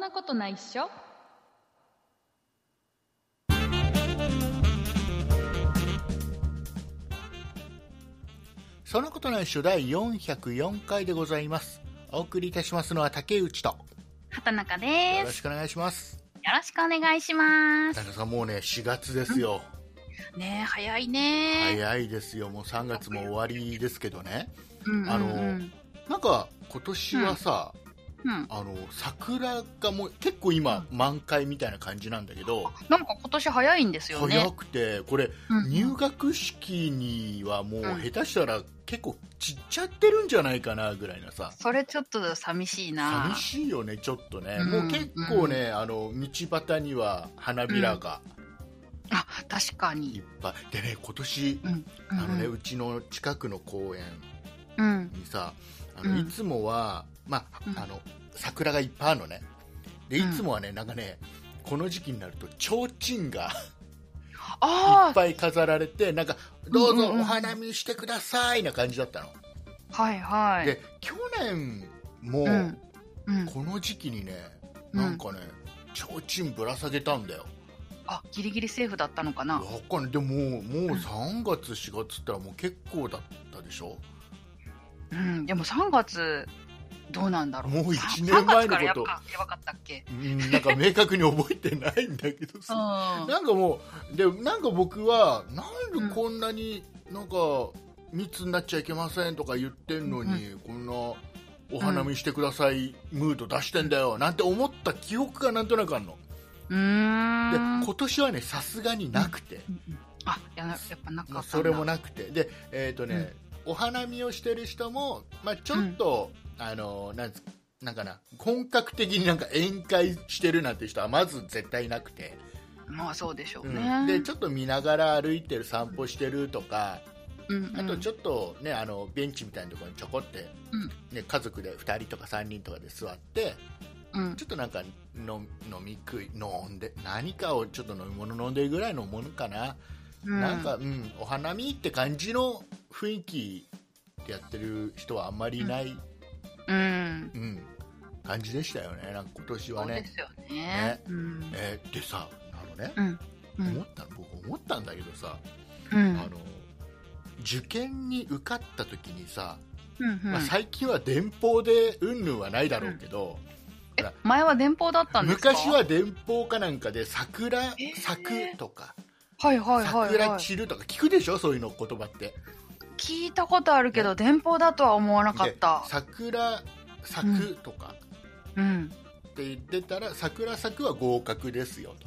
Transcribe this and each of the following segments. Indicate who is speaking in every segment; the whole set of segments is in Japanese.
Speaker 1: なことないっしょ
Speaker 2: そのことないっしょ第404回でございますお送りいたしますのは竹内と
Speaker 1: 畑中
Speaker 2: よ
Speaker 1: で
Speaker 2: ろ
Speaker 1: す
Speaker 2: しくお願いします
Speaker 1: よろしくお願いします
Speaker 2: 田中さんもうね4月ですよ
Speaker 1: ねえ早いね
Speaker 2: 早いですよもう3月も終わりですけどね
Speaker 1: うんうんうん
Speaker 2: あのなんか今年はさ、
Speaker 1: うん
Speaker 2: あの桜がもう結構今満開みたいな感じなんだけど、
Speaker 1: なんか今年早いんですよね
Speaker 2: 早くてこれ
Speaker 1: うん
Speaker 2: 入学式にはもう
Speaker 1: うん
Speaker 2: 下手したら結構散っちゃってるんじゃないかなぐらいなさ
Speaker 1: それちょっと寂しいな
Speaker 2: 寂しいよねちょっとね、
Speaker 1: うん
Speaker 2: もう結構ね、あの道端には花びらが
Speaker 1: あ確か
Speaker 2: いっ
Speaker 1: に
Speaker 2: ぱい、でね今年、
Speaker 1: うん
Speaker 2: あのねうちの近くの公園
Speaker 1: うん
Speaker 2: にさあの、
Speaker 1: うん
Speaker 2: いつもは、ま
Speaker 1: うん
Speaker 2: あ、あの桜がいっぱいあるのねでい
Speaker 1: うん
Speaker 2: つもはねなんかねこの時期になると提灯がい
Speaker 1: あ
Speaker 2: っぱい飾られてなんかどう
Speaker 1: うん
Speaker 2: ぞ
Speaker 1: うんうん
Speaker 2: お花見してくださいな感じだったの、
Speaker 1: あはいはい
Speaker 2: で去年も
Speaker 1: うんうん
Speaker 2: この時期にね、
Speaker 1: うん
Speaker 2: なんかね提灯ぶら下げたんだよ
Speaker 1: あギリギリセーフだったのかな
Speaker 2: わかんないでももう3月4月ったらもう結構だったでしょ
Speaker 1: うんでも3月どうなんだろう
Speaker 2: もう
Speaker 1: さ
Speaker 2: 一年前のこと
Speaker 1: 3月からやばかやばかったっけ
Speaker 2: うんなんか明確に覚えてないんだけど
Speaker 1: う
Speaker 2: さ
Speaker 1: ん
Speaker 2: なんかもうでなんか僕はなんでこんなになんか密になっちゃいけませんとか言ってんのに、こんなお花見してくださいムード出してんだよなんて思った記憶がなんとなくあるの
Speaker 1: う
Speaker 2: で
Speaker 1: ーん
Speaker 2: 今年はねさすがになくて、
Speaker 1: うんうんあやなやっぱなかったん
Speaker 2: まあ、
Speaker 1: だ
Speaker 2: それもなくてでえっ、とね、お花見をしてる人も、まあ、ちょっと、あのなんつなんかな本格的になんか宴会してるなんて人はまず絶対いなくて、
Speaker 1: まあそうでしょうね、
Speaker 2: うんでちょっと見ながら歩いてる散歩してるとか
Speaker 1: うんうん
Speaker 2: あとちょっとねあのベンチみたいなところにちょこって、
Speaker 1: うん
Speaker 2: ね、家族で2人とか3人とかで座って
Speaker 1: うん
Speaker 2: ちょっとなんかの飲み食い飲んで何かをちょっと飲み物飲んでるぐらいのものかな。
Speaker 1: うん
Speaker 2: なんか、うん、お花見って感じの雰囲気でやってる人はあんまりいない、
Speaker 1: うん
Speaker 2: うん感じでしたよね、なんか今年
Speaker 1: そ
Speaker 2: は
Speaker 1: う
Speaker 2: ね
Speaker 1: で。すよね
Speaker 2: ね
Speaker 1: うん
Speaker 2: えーでさ、あのね、
Speaker 1: うんう
Speaker 2: 思
Speaker 1: ん
Speaker 2: ったの僕思ったんだけどさ、
Speaker 1: うんうん
Speaker 2: あの受験に受かった時にさ、
Speaker 1: うん
Speaker 2: まあ、最近は電報で云々はないだろうけど、
Speaker 1: え前は電報だったんですか
Speaker 2: 昔は電報かなんかで桜
Speaker 1: えー
Speaker 2: 咲くとか、
Speaker 1: はいはいはい、は
Speaker 2: 桜
Speaker 1: い、
Speaker 2: 散るとか聞くでしょ、そういうの言葉って。
Speaker 1: 聞いたことあるけど、電報だとは思わなかった
Speaker 2: で桜咲くとか、
Speaker 1: うん
Speaker 2: って出たら桜咲くは合格ですよと、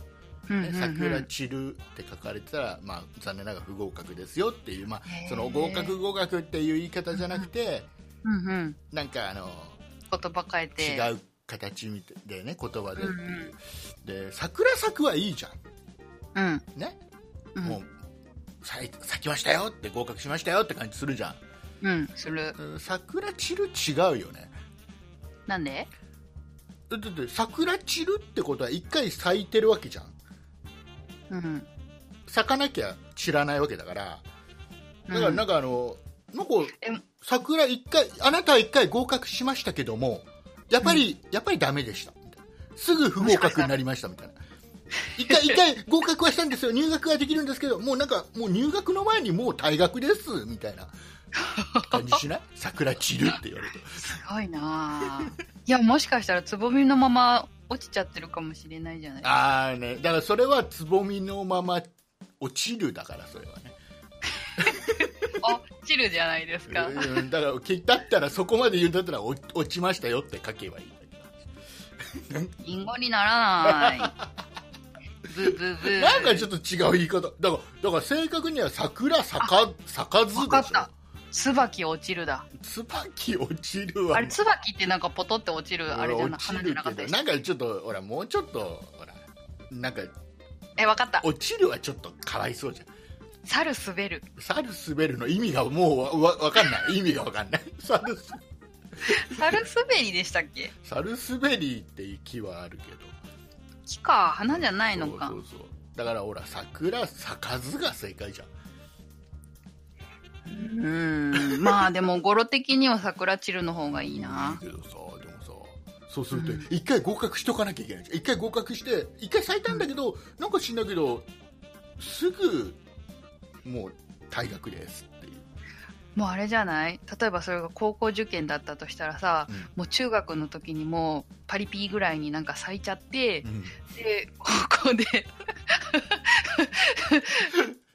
Speaker 1: うんうん
Speaker 2: ね
Speaker 1: うん
Speaker 2: 桜散るって書かれてたら、まあ、残念ながら不合格ですよっていう、まあ
Speaker 1: へ、ー
Speaker 2: その合格合格っていう言い方じゃなくて、
Speaker 1: うんうん
Speaker 2: なんかあの
Speaker 1: 言葉変えて
Speaker 2: 違う形みたいでね言葉で,、
Speaker 1: うんうん
Speaker 2: で桜咲くはいいじゃ
Speaker 1: うん
Speaker 2: んね、
Speaker 1: うん
Speaker 2: もう咲い咲きましたよって合格しましたよって感じするじゃん
Speaker 1: うんする
Speaker 2: うん桜散る違うよね
Speaker 1: なんで
Speaker 2: だってだって桜散るってことは一回咲いてるわけじゃん
Speaker 1: うん
Speaker 2: 咲かなきゃ散らないわけだからだか
Speaker 1: う
Speaker 2: ら
Speaker 1: ん
Speaker 2: なんかあの、なんか
Speaker 1: え
Speaker 2: 桜一回あなたは一回合格しましたけどもやっぱり、やっぱりダメでしたみたいなすぐ不合格になりましたみたい な一回一回合格はしたんですよ入学はできるんですけどもうなんかもう入学の前にもう退学ですみたいな感じ しない桜散るって言われると
Speaker 1: すごいなあいやもしかしたらつぼみのまま落ちちゃってるかもしれないじゃない
Speaker 2: ああねだからそれはつぼみのまま落ちるだからそれはね
Speaker 1: あチルじゃないですか
Speaker 2: うん、だからきだったらそこまで言うんだったらお落ちましたよって書けばいいんだ
Speaker 1: リンゴにならな いブーブーブ
Speaker 2: けど、
Speaker 1: ー
Speaker 2: なんかちょっと違う言い方だからだから正確には桜咲か咲かずで
Speaker 1: わ
Speaker 2: し
Speaker 1: かっ
Speaker 2: ょ
Speaker 1: た椿落ちるだ
Speaker 2: 椿落ちるわ
Speaker 1: あれ椿ってなんかポトって落ちるあれじゃな
Speaker 2: 落ち
Speaker 1: 花じゃ
Speaker 2: る
Speaker 1: なかった
Speaker 2: け
Speaker 1: で
Speaker 2: ど
Speaker 1: した
Speaker 2: なんかちょっとほらもうちょっとほらなんか
Speaker 1: えわかった
Speaker 2: 落ちるはちょっとかわいそうじゃん
Speaker 1: 猿滑る
Speaker 2: 猿滑るの意味がもうわわわかんない意味がわかんない 猿す
Speaker 1: 猿滑りでしたっけ
Speaker 2: 猿滑りっていう木はあるけど
Speaker 1: 木か花じゃないのか
Speaker 2: そうそうそうだからほら桜咲かずが正解じゃん
Speaker 1: うーんまあでも語呂的には桜散るの方がいいない
Speaker 2: いけどさでもさそうすると
Speaker 1: うん
Speaker 2: 一回合格しとかなきゃいけないじゃん一回合格して一回咲いたんだけどなんか知んないけどすぐもう退学ですっていう
Speaker 1: もうあれじゃない例えばそれが高校受験だったとしたらさ、
Speaker 2: うん
Speaker 1: もう中学の時にもうパリピぐらいになんか咲いちゃって、で高校 で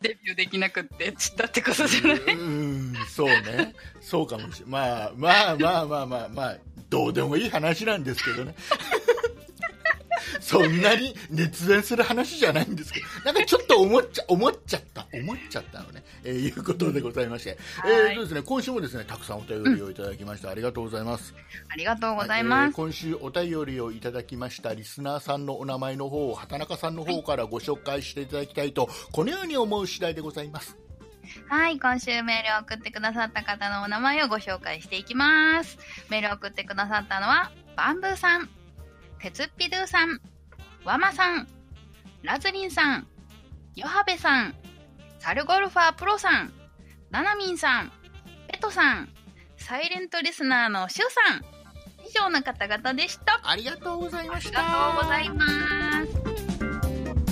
Speaker 1: デビューできなくってつったってことじゃない、
Speaker 2: うんそうねそうかもしれない、まあ、まあまあまあまあまあどうでもいい話なんですけどね そんなに熱弁する話じゃないんですけどなんかちょっと思っちゃ思っちゃった思っちゃったのね、えーいうことでございまして、え
Speaker 1: は
Speaker 2: ー
Speaker 1: い
Speaker 2: そうですね、今週もですねたくさんお便りをいただきました、ありがとうございます
Speaker 1: ありがとうござい
Speaker 2: はえ
Speaker 1: ま
Speaker 2: ー
Speaker 1: す、
Speaker 2: 今週お便りをいただきましたリスナーさんのお名前の方を畑中さんの方からご紹介していただきたいとこのように思う次第でございます
Speaker 1: はい今週メールを送ってくださった方のお名前をご紹介していきますメールを送ってくださったのはバンブーさん鉄っぴドゥさんワマさんラズリンさんヨハベさんサルゴルファープロさんナナミンさんペトさんサイレントリスナーのシュウさん以上の方々でした
Speaker 2: ありがとうございま
Speaker 1: あ
Speaker 2: し
Speaker 1: り
Speaker 2: た。
Speaker 1: がとうございます。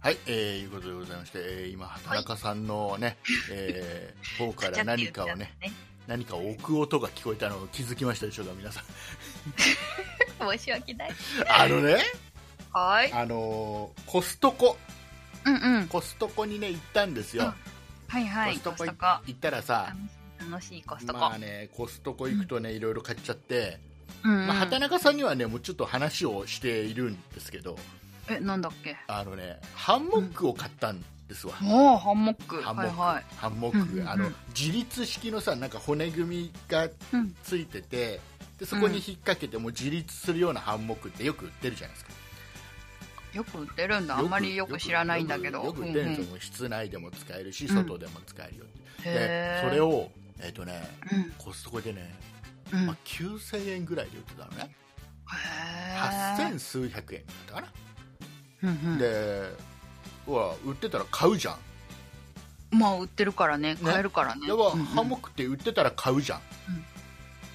Speaker 2: はい、えー、いうことでございまして、えー、今畑中さんのね、えー、方から何か をね、何かを置く音が聞こえたのを気づきましたでしょうか、皆さん。
Speaker 1: 申し訳ない。
Speaker 2: あのね、
Speaker 1: はい。
Speaker 2: あのーコストコ、
Speaker 1: うんうん。
Speaker 2: コストコにね行ったんですよ。
Speaker 1: はいはい。
Speaker 2: コ
Speaker 1: コス
Speaker 2: ストコい
Speaker 1: トコ。
Speaker 2: 行ったらさ、
Speaker 1: 楽しいコストコ。
Speaker 2: まあね、コストコ行くとね、いろいろ買っちゃって、
Speaker 1: うん、うん。
Speaker 2: まあ畑中さんにはね、もうちょっと話をしているんですけど、
Speaker 1: え、なんだっけ
Speaker 2: あのね、ハンモックを買ったんですわ。
Speaker 1: もうハンモック。
Speaker 2: ハンモ
Speaker 1: は
Speaker 2: ッ
Speaker 1: い
Speaker 2: ク、
Speaker 1: は
Speaker 2: ハンモック、
Speaker 1: うんうんうん
Speaker 2: あの自立式のさなんか骨組みが
Speaker 1: い。うん。
Speaker 2: ついててでそこに引っ掛けてもう自立するようなハンモックってよく売ってるじゃないですか、
Speaker 1: よく売ってるんだ。あんまりよく知らないんだけど。
Speaker 2: よくよく売ってるんです
Speaker 1: う
Speaker 2: よ、
Speaker 1: んうん
Speaker 2: もう室内でも使えるし
Speaker 1: うん
Speaker 2: 外でも使えるよって、
Speaker 1: へ
Speaker 2: で
Speaker 1: ー
Speaker 2: それ。をえっ、とね
Speaker 1: うん。
Speaker 2: コストコでね、
Speaker 1: うん。
Speaker 2: まあ、9000円ぐらいで売ってたのね
Speaker 1: へ
Speaker 2: 8000数百円だったかな、
Speaker 1: え。うんうん。
Speaker 2: でうわ売ってたら買うじゃん
Speaker 1: まあ、売ってるからね。買えるからね。
Speaker 2: やば、
Speaker 1: うんうん
Speaker 2: ハンモックって売ってたら買うじゃん、
Speaker 1: うん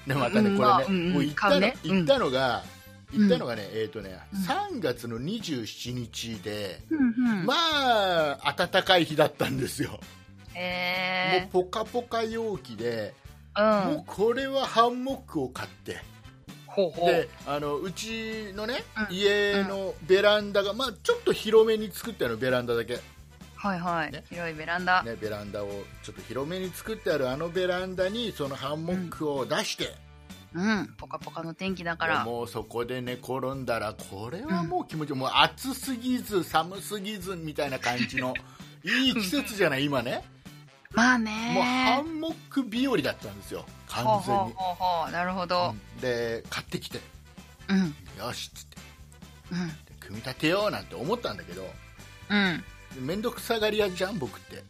Speaker 2: でまたね、
Speaker 1: うん
Speaker 2: こ
Speaker 1: まあ
Speaker 2: れ
Speaker 1: う
Speaker 2: ね、
Speaker 1: んうん
Speaker 2: もう行った
Speaker 1: 買
Speaker 2: の
Speaker 1: うねうん
Speaker 2: 行ったのが、
Speaker 1: うん
Speaker 2: 行ったのがね、えっ、とね、
Speaker 1: うん
Speaker 2: 3月の27日で、
Speaker 1: うんうん。
Speaker 2: まあ暖かい日だったんですよ、
Speaker 1: へえ。
Speaker 2: もうポカポカ陽気で、
Speaker 1: う
Speaker 2: も
Speaker 1: ん
Speaker 2: う。これはハンモックを買って、
Speaker 1: ほうほう。
Speaker 2: であのうちのね、
Speaker 1: うん
Speaker 2: 家のベランダが、まあちょっと広めに作ってあるベランダだけ、
Speaker 1: はいは
Speaker 2: ね
Speaker 1: い。広いベランダ。
Speaker 2: ね、ベランダをちょっと広めに作ってあるあのベランダにそのハンモックを出して。
Speaker 1: うん。ポカポカの天気だから。
Speaker 2: もうそこで寝転んだらこれはもう気持ちいい、もう暑すぎず寒すぎずみたいな感じ のいい季節じゃない今ね
Speaker 1: まあ
Speaker 2: もうハ
Speaker 1: ね。
Speaker 2: ンモック日和だったんですよ完
Speaker 1: ほう
Speaker 2: 全
Speaker 1: ほう
Speaker 2: に
Speaker 1: ほうほう。なるほど。
Speaker 2: うんで買ってきて
Speaker 1: うん。
Speaker 2: よしっつって
Speaker 1: うん。
Speaker 2: 組み立てようなんて思ったんだけど
Speaker 1: うん。
Speaker 2: 面倒くさがり屋じゃん僕って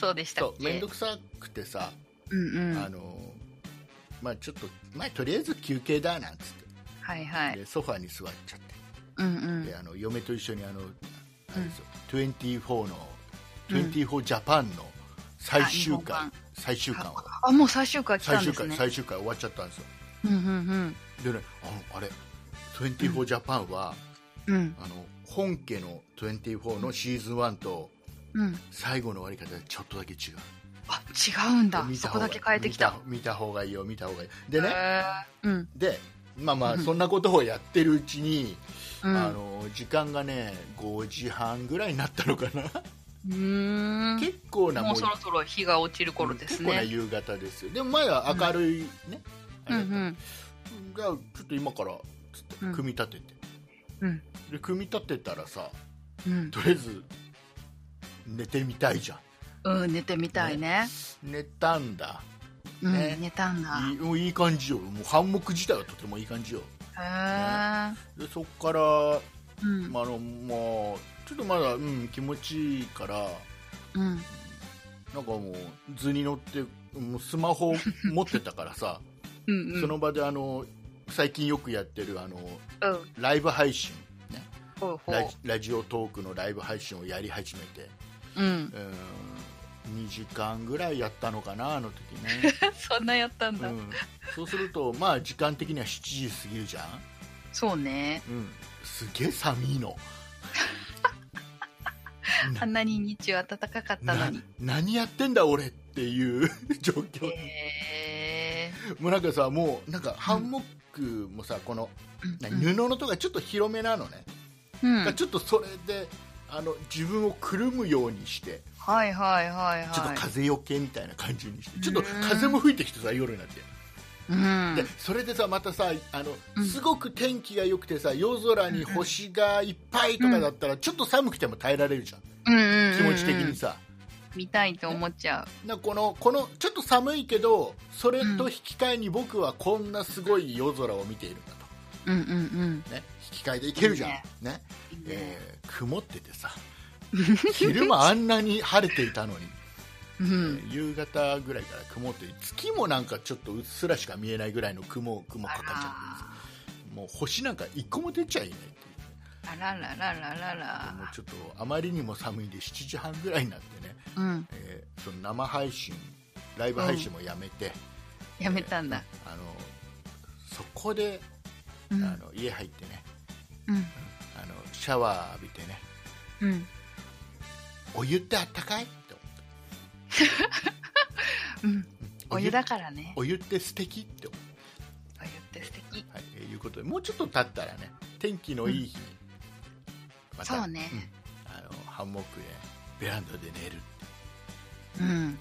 Speaker 1: そうでした
Speaker 2: そ
Speaker 1: っ
Speaker 2: う
Speaker 1: け
Speaker 2: 面倒くさくてさ、
Speaker 1: うんうん。
Speaker 2: あのまあちょっと、まあ、とりあえず休憩だなんつっ
Speaker 1: はいは
Speaker 2: て
Speaker 1: い。
Speaker 2: でソファに座っちゃって
Speaker 1: うんうん
Speaker 2: で。あの嫁と一緒にあのあれですよ、24の24ジャパンの最終
Speaker 1: あ日
Speaker 2: 回、
Speaker 1: 本版
Speaker 2: 最終巻を
Speaker 1: あ、もう最終回来
Speaker 2: 最
Speaker 1: たん
Speaker 2: 終
Speaker 1: です
Speaker 2: 回、
Speaker 1: ね。
Speaker 2: 最終回終わっちゃったんですよ
Speaker 1: うんうん
Speaker 2: でねあのあれ24ジャパンは、
Speaker 1: うん。うん
Speaker 2: あの本家の24のシーズン1と
Speaker 1: うん。
Speaker 2: 最後の終わり方がちょっとだけ違う
Speaker 1: あ、違うんだ。
Speaker 2: 見
Speaker 1: そ
Speaker 2: た
Speaker 1: こ
Speaker 2: 方が
Speaker 1: だけ変えてきた。
Speaker 2: 見た見た方がいいよ見た方がいいでね
Speaker 1: へーうん
Speaker 2: でまあまあ
Speaker 1: うん
Speaker 2: そんなことをやってるうちに、
Speaker 1: うん。
Speaker 2: あの時間がね5時半ぐらいになったのか
Speaker 1: う
Speaker 2: な
Speaker 1: ーん。
Speaker 2: 結構な
Speaker 1: も
Speaker 2: も
Speaker 1: う
Speaker 2: う
Speaker 1: そろそろ日が落ちる頃です
Speaker 2: 結構な
Speaker 1: ね。
Speaker 2: 夕方ですよでも前は明るいね、
Speaker 1: う
Speaker 2: あ
Speaker 1: んう
Speaker 2: れだった
Speaker 1: ん。
Speaker 2: じゃあちょっと今からつって
Speaker 1: うん
Speaker 2: 組み立てて、
Speaker 1: うん
Speaker 2: で組み立てたらさ
Speaker 1: うん
Speaker 2: とりあえず寝てみたいじゃん
Speaker 1: うん、寝てみたいね。
Speaker 2: 寝たんだ
Speaker 1: うん
Speaker 2: ね、
Speaker 1: 寝たん
Speaker 2: いいもういい感じよもうハンモック自体はとてもいい感じよ
Speaker 1: だ。へ
Speaker 2: でそっから、
Speaker 1: え。うん。
Speaker 2: まあ、あのもうちょっとまだ、うん、気持ちいいから
Speaker 1: うん。
Speaker 2: なんかもう図に乗ってもうスマホ持ってたからさ、
Speaker 1: うん、うん。
Speaker 2: その場であの最近よくやってるあの
Speaker 1: うん。
Speaker 2: ライブ配信ね
Speaker 1: ほうほ
Speaker 2: ラ
Speaker 1: う
Speaker 2: ジ。ラジオトークのライブ配信をやり始めて
Speaker 1: うん。
Speaker 2: うん2時間ぐらいやったのかなあの 時ね、
Speaker 1: そんなやったん
Speaker 2: う
Speaker 1: だ。
Speaker 2: ん、そうするとまあ時間的には7時過ぎるじゃん、
Speaker 1: そうね。
Speaker 2: うん、すげえ寒 いの
Speaker 1: あんなに日中暖かかったのに。
Speaker 2: 何やってんだ俺っていう 状況
Speaker 1: へえ
Speaker 2: もうなんかさもうなんかハンモックもさこの
Speaker 1: ー。
Speaker 2: 布のとかちょっと広めなのね、
Speaker 1: うんうん
Speaker 2: だからちょっとそれであの自分をくるむようにして
Speaker 1: はいはいはいはい。
Speaker 2: ちょっと風よけみたいな感じにして、ちょっと風も吹いてきてさ夜になって
Speaker 1: うん
Speaker 2: で。それでさまたさあ
Speaker 1: う
Speaker 2: の
Speaker 1: ん
Speaker 2: すごく天気が良くてさ夜空に星がいっぱいとかだったらちょっと寒くても耐えられるじゃん
Speaker 1: うんうんうんうん
Speaker 2: 気持ち的に。さ
Speaker 1: 見たいと思っちゃ
Speaker 2: なんかこのこのちょっと寒いけどそれと引き換えに僕はこんなすごい夜空を見ているんだ
Speaker 1: う。うんうん
Speaker 2: と、ね、引き換えでいけるじゃん
Speaker 1: いいね
Speaker 2: ね
Speaker 1: うん。
Speaker 2: えー曇って てさ昼間あんなに晴れていたのに、
Speaker 1: うん。
Speaker 2: 夕方ぐらいから曇って月もなんかちょっとうっすらしか見えないぐらいの雲雲かかっちゃってるん
Speaker 1: あ
Speaker 2: ですよもう星なんか一個も出ちゃいないっていう
Speaker 1: らあららららら
Speaker 2: もう
Speaker 1: ら。
Speaker 2: ちょっとあまりにも寒いんで7時半ぐらいになってね、
Speaker 1: うん。
Speaker 2: えーその生配信ライブ配信もやめて、
Speaker 1: やめたんだ。
Speaker 2: あのそこで、
Speaker 1: うん
Speaker 2: あの家入ってね
Speaker 1: うん。
Speaker 2: あのシャワー浴びてね
Speaker 1: うん。
Speaker 2: お湯ってあったかいって思っ た
Speaker 1: うん。お湯だ
Speaker 2: か
Speaker 1: からね。
Speaker 2: お湯って素敵って思っ
Speaker 1: お湯って素敵。
Speaker 2: た、はいえーいうことでもうちょっと経ったらね天気のいい日に、また
Speaker 1: そうね
Speaker 2: うんあのハンモックでベランダで寝る
Speaker 1: うん。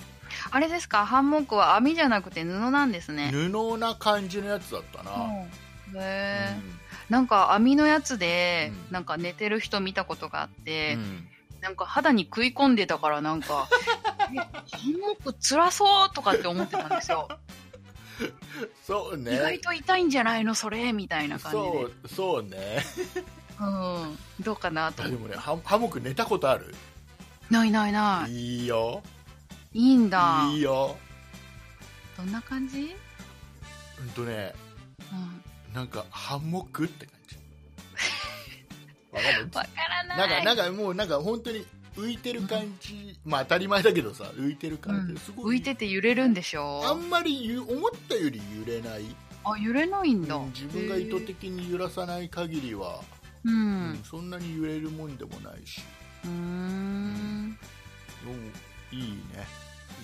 Speaker 1: あれですか、ハンモックは網じゃなくて布なんですね。
Speaker 2: 布な感じのやつだったな、
Speaker 1: うんへえ
Speaker 2: う。ん
Speaker 1: なんか網のやつで、
Speaker 2: うん
Speaker 1: なんか寝てる人見たことがあって
Speaker 2: う、ん
Speaker 1: なんか肌に食い込んでたからなんか、 えハンモック辛そうとかって思ってたんですよ。
Speaker 2: そうね
Speaker 1: 意外と痛いんじゃないのそれみたいな感じで。
Speaker 2: そうそうね
Speaker 1: うん。どうかなと
Speaker 2: で
Speaker 1: 思って。
Speaker 2: もねハハモック寝たことある、、
Speaker 1: ないないない
Speaker 2: いよ
Speaker 1: い。いいんだ。
Speaker 2: いいよ
Speaker 1: どんな感じ
Speaker 2: うんとね
Speaker 1: うん。
Speaker 2: なんかハンモックって感 じわかんな
Speaker 1: わ
Speaker 2: い
Speaker 1: からない。
Speaker 2: なんかなんかもうなんか本当に浮いてる感じ、まあ当たり前だけどさ浮いてる感じ、
Speaker 1: うん
Speaker 2: すご
Speaker 1: 浮
Speaker 2: い
Speaker 1: いてて揺れるんでしょ
Speaker 2: あんまりゆ思ったより揺れない、
Speaker 1: あ、揺れないんだ。
Speaker 2: うん自分が意図的に揺らさない限りは、
Speaker 1: へー。う
Speaker 2: うん
Speaker 1: ん。
Speaker 2: そんなに揺れるもんでもないし
Speaker 1: うーん。
Speaker 2: うんいいね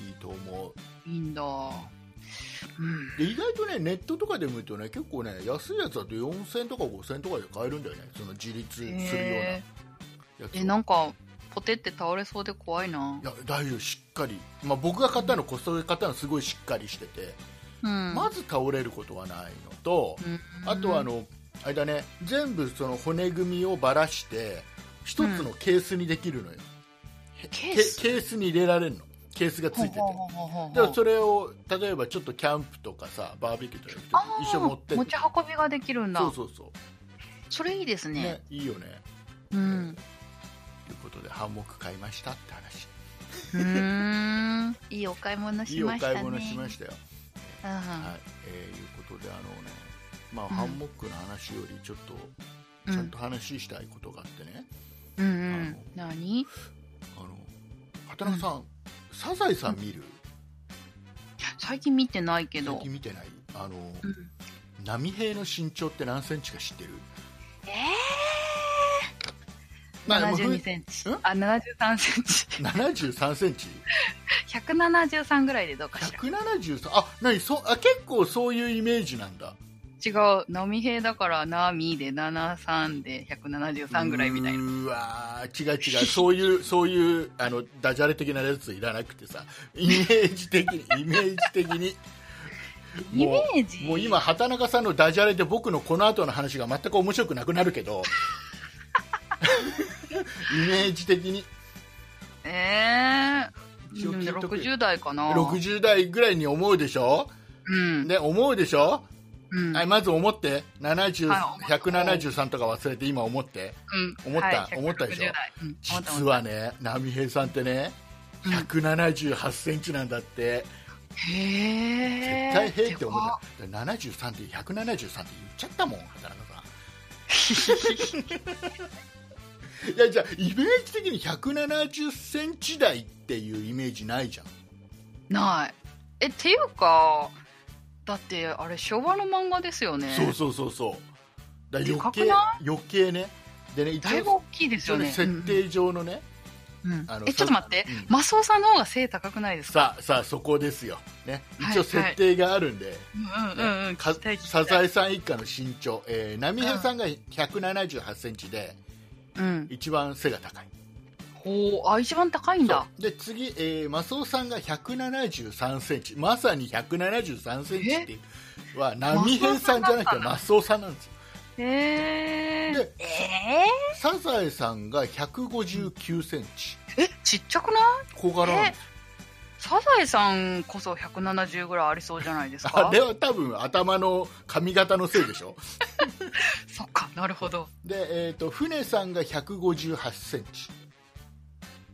Speaker 2: いいと思う
Speaker 1: いいんだ。うん。
Speaker 2: で意外とねネットとかで見るとね結構ね安いやつだと4000とか5000とかで買えるんだよねその自立するような
Speaker 1: へ
Speaker 2: やつを。
Speaker 1: え、なんか、ポテって倒れそうで怖いない
Speaker 2: や大丈夫しっかり、まあ、僕が買ったのコストコで買ったのすごいしっかりしてて、
Speaker 1: うん。
Speaker 2: まず倒れることがないのと、
Speaker 1: うん
Speaker 2: あとはあ、のあれだね全部その骨組みをばらして一つのケースにできるのよ、
Speaker 1: ケ
Speaker 2: ケ
Speaker 1: ース
Speaker 2: ケースに入れられるのケースがついてて
Speaker 1: ほうほうほうほうほう
Speaker 2: だからそれを例えばちょっとキャンプとかさバーベキューとか行く
Speaker 1: あ
Speaker 2: と
Speaker 1: ー
Speaker 2: 一緒に持ってって
Speaker 1: 持ち運びができるんだ。
Speaker 2: そうそうそう
Speaker 1: それいいですね。
Speaker 2: ね、いいよね。
Speaker 1: うん。
Speaker 2: ということで、ハンモック買いましたって話。
Speaker 1: うーん。いいお買い物
Speaker 2: い
Speaker 1: し
Speaker 2: いお
Speaker 1: ましたね。
Speaker 2: 買い物しましたよ。
Speaker 1: うん。
Speaker 2: はい、えーいうことで、あのね、まあ、
Speaker 1: ん
Speaker 2: ハンモックの話より、ちょっと、
Speaker 1: うん
Speaker 2: ちゃんと話したいことがあってね。
Speaker 1: うんうん。何
Speaker 2: あの、畑中さん、サザエさん見る。
Speaker 1: 最近見てないけ
Speaker 2: 最
Speaker 1: ど。
Speaker 2: 近見てない。あの、
Speaker 1: うん
Speaker 2: 波平の身長って何センチか知ってる。
Speaker 1: え
Speaker 2: まあ
Speaker 1: ー、
Speaker 2: もうふ
Speaker 1: 72センチ
Speaker 2: ん。
Speaker 1: あ、73センチ。
Speaker 2: 73センチ
Speaker 1: 173ぐらいでどうかしら。
Speaker 2: 173あ何そあ結構そういうイメージなんだ
Speaker 1: 違う。波平だから、波で73で173ぐらいみたいな。
Speaker 2: うーわー違う違うそ ういうそういうあのダジャレ的なやついらなくてさイメージ的にイメージ的に
Speaker 1: イメージ
Speaker 2: もうもう今畑中さんのダジャレで僕のこの後の話が全く面白くなくなる けどイメージ的に
Speaker 1: ええ
Speaker 2: 一応聞い
Speaker 1: ー。
Speaker 2: とくよ
Speaker 1: 60代かな。
Speaker 2: 60代ぐらいに思うでしょ、
Speaker 1: うん。
Speaker 2: ね、思うでしょ
Speaker 1: うん
Speaker 2: はい、まず思って、70
Speaker 1: はい
Speaker 2: 173とか忘れて今思って
Speaker 1: うん
Speaker 2: 思った
Speaker 1: はい
Speaker 2: 思ったでしょ
Speaker 1: 160代うん思った
Speaker 2: 実はね波平さんってね
Speaker 1: うん
Speaker 2: 1 7 8ンチなんだっ
Speaker 1: へ
Speaker 2: て、絶
Speaker 1: え
Speaker 2: 対平って思
Speaker 1: でか
Speaker 2: うな73って173って言っちゃったもん畑中さ んいやじゃあイメージ的に1 7 0ンチ台っていうイメージないじゃん
Speaker 1: ないえっていうかだってあれ昭和の漫画ですよね
Speaker 2: そうそうそうそう。だから
Speaker 1: でかく
Speaker 2: 余計
Speaker 1: な
Speaker 2: 余計ね。でね一
Speaker 1: だいぶ
Speaker 2: 応
Speaker 1: 大きいですよね
Speaker 2: 一応ね設定上のね、
Speaker 1: うんうん
Speaker 2: あの
Speaker 1: えちょっと待って、
Speaker 2: うん
Speaker 1: マスオさんの方が背高くないですか
Speaker 2: さあさあそこですよ。ね
Speaker 1: はい
Speaker 2: 一応設定があるんで。
Speaker 1: うんうんうんうん
Speaker 2: か
Speaker 1: 聞きたい聞きた
Speaker 2: サ
Speaker 1: い
Speaker 2: ザエさん一家の身長、えー、波平さんが178センチで
Speaker 1: うん
Speaker 2: 一番背が高い。
Speaker 1: ほうあ一番高いんだ
Speaker 2: そうで次、えー、マスオさんが173センチ、まさに173センチっていうは波平さんじゃなくてマスオさんなんですよ。
Speaker 1: へえ
Speaker 2: で
Speaker 1: え
Speaker 2: サザエさんが159センチ、
Speaker 1: ーえちっちゃくない
Speaker 2: 小柄なんですよ。
Speaker 1: サザエさんこそ170ぐらいありそうじゃないです
Speaker 2: あ
Speaker 1: か
Speaker 2: れは多分頭の髪型のせいでしょ
Speaker 1: そっかなるほど
Speaker 2: で、えー、と船さんが1 5 8センチ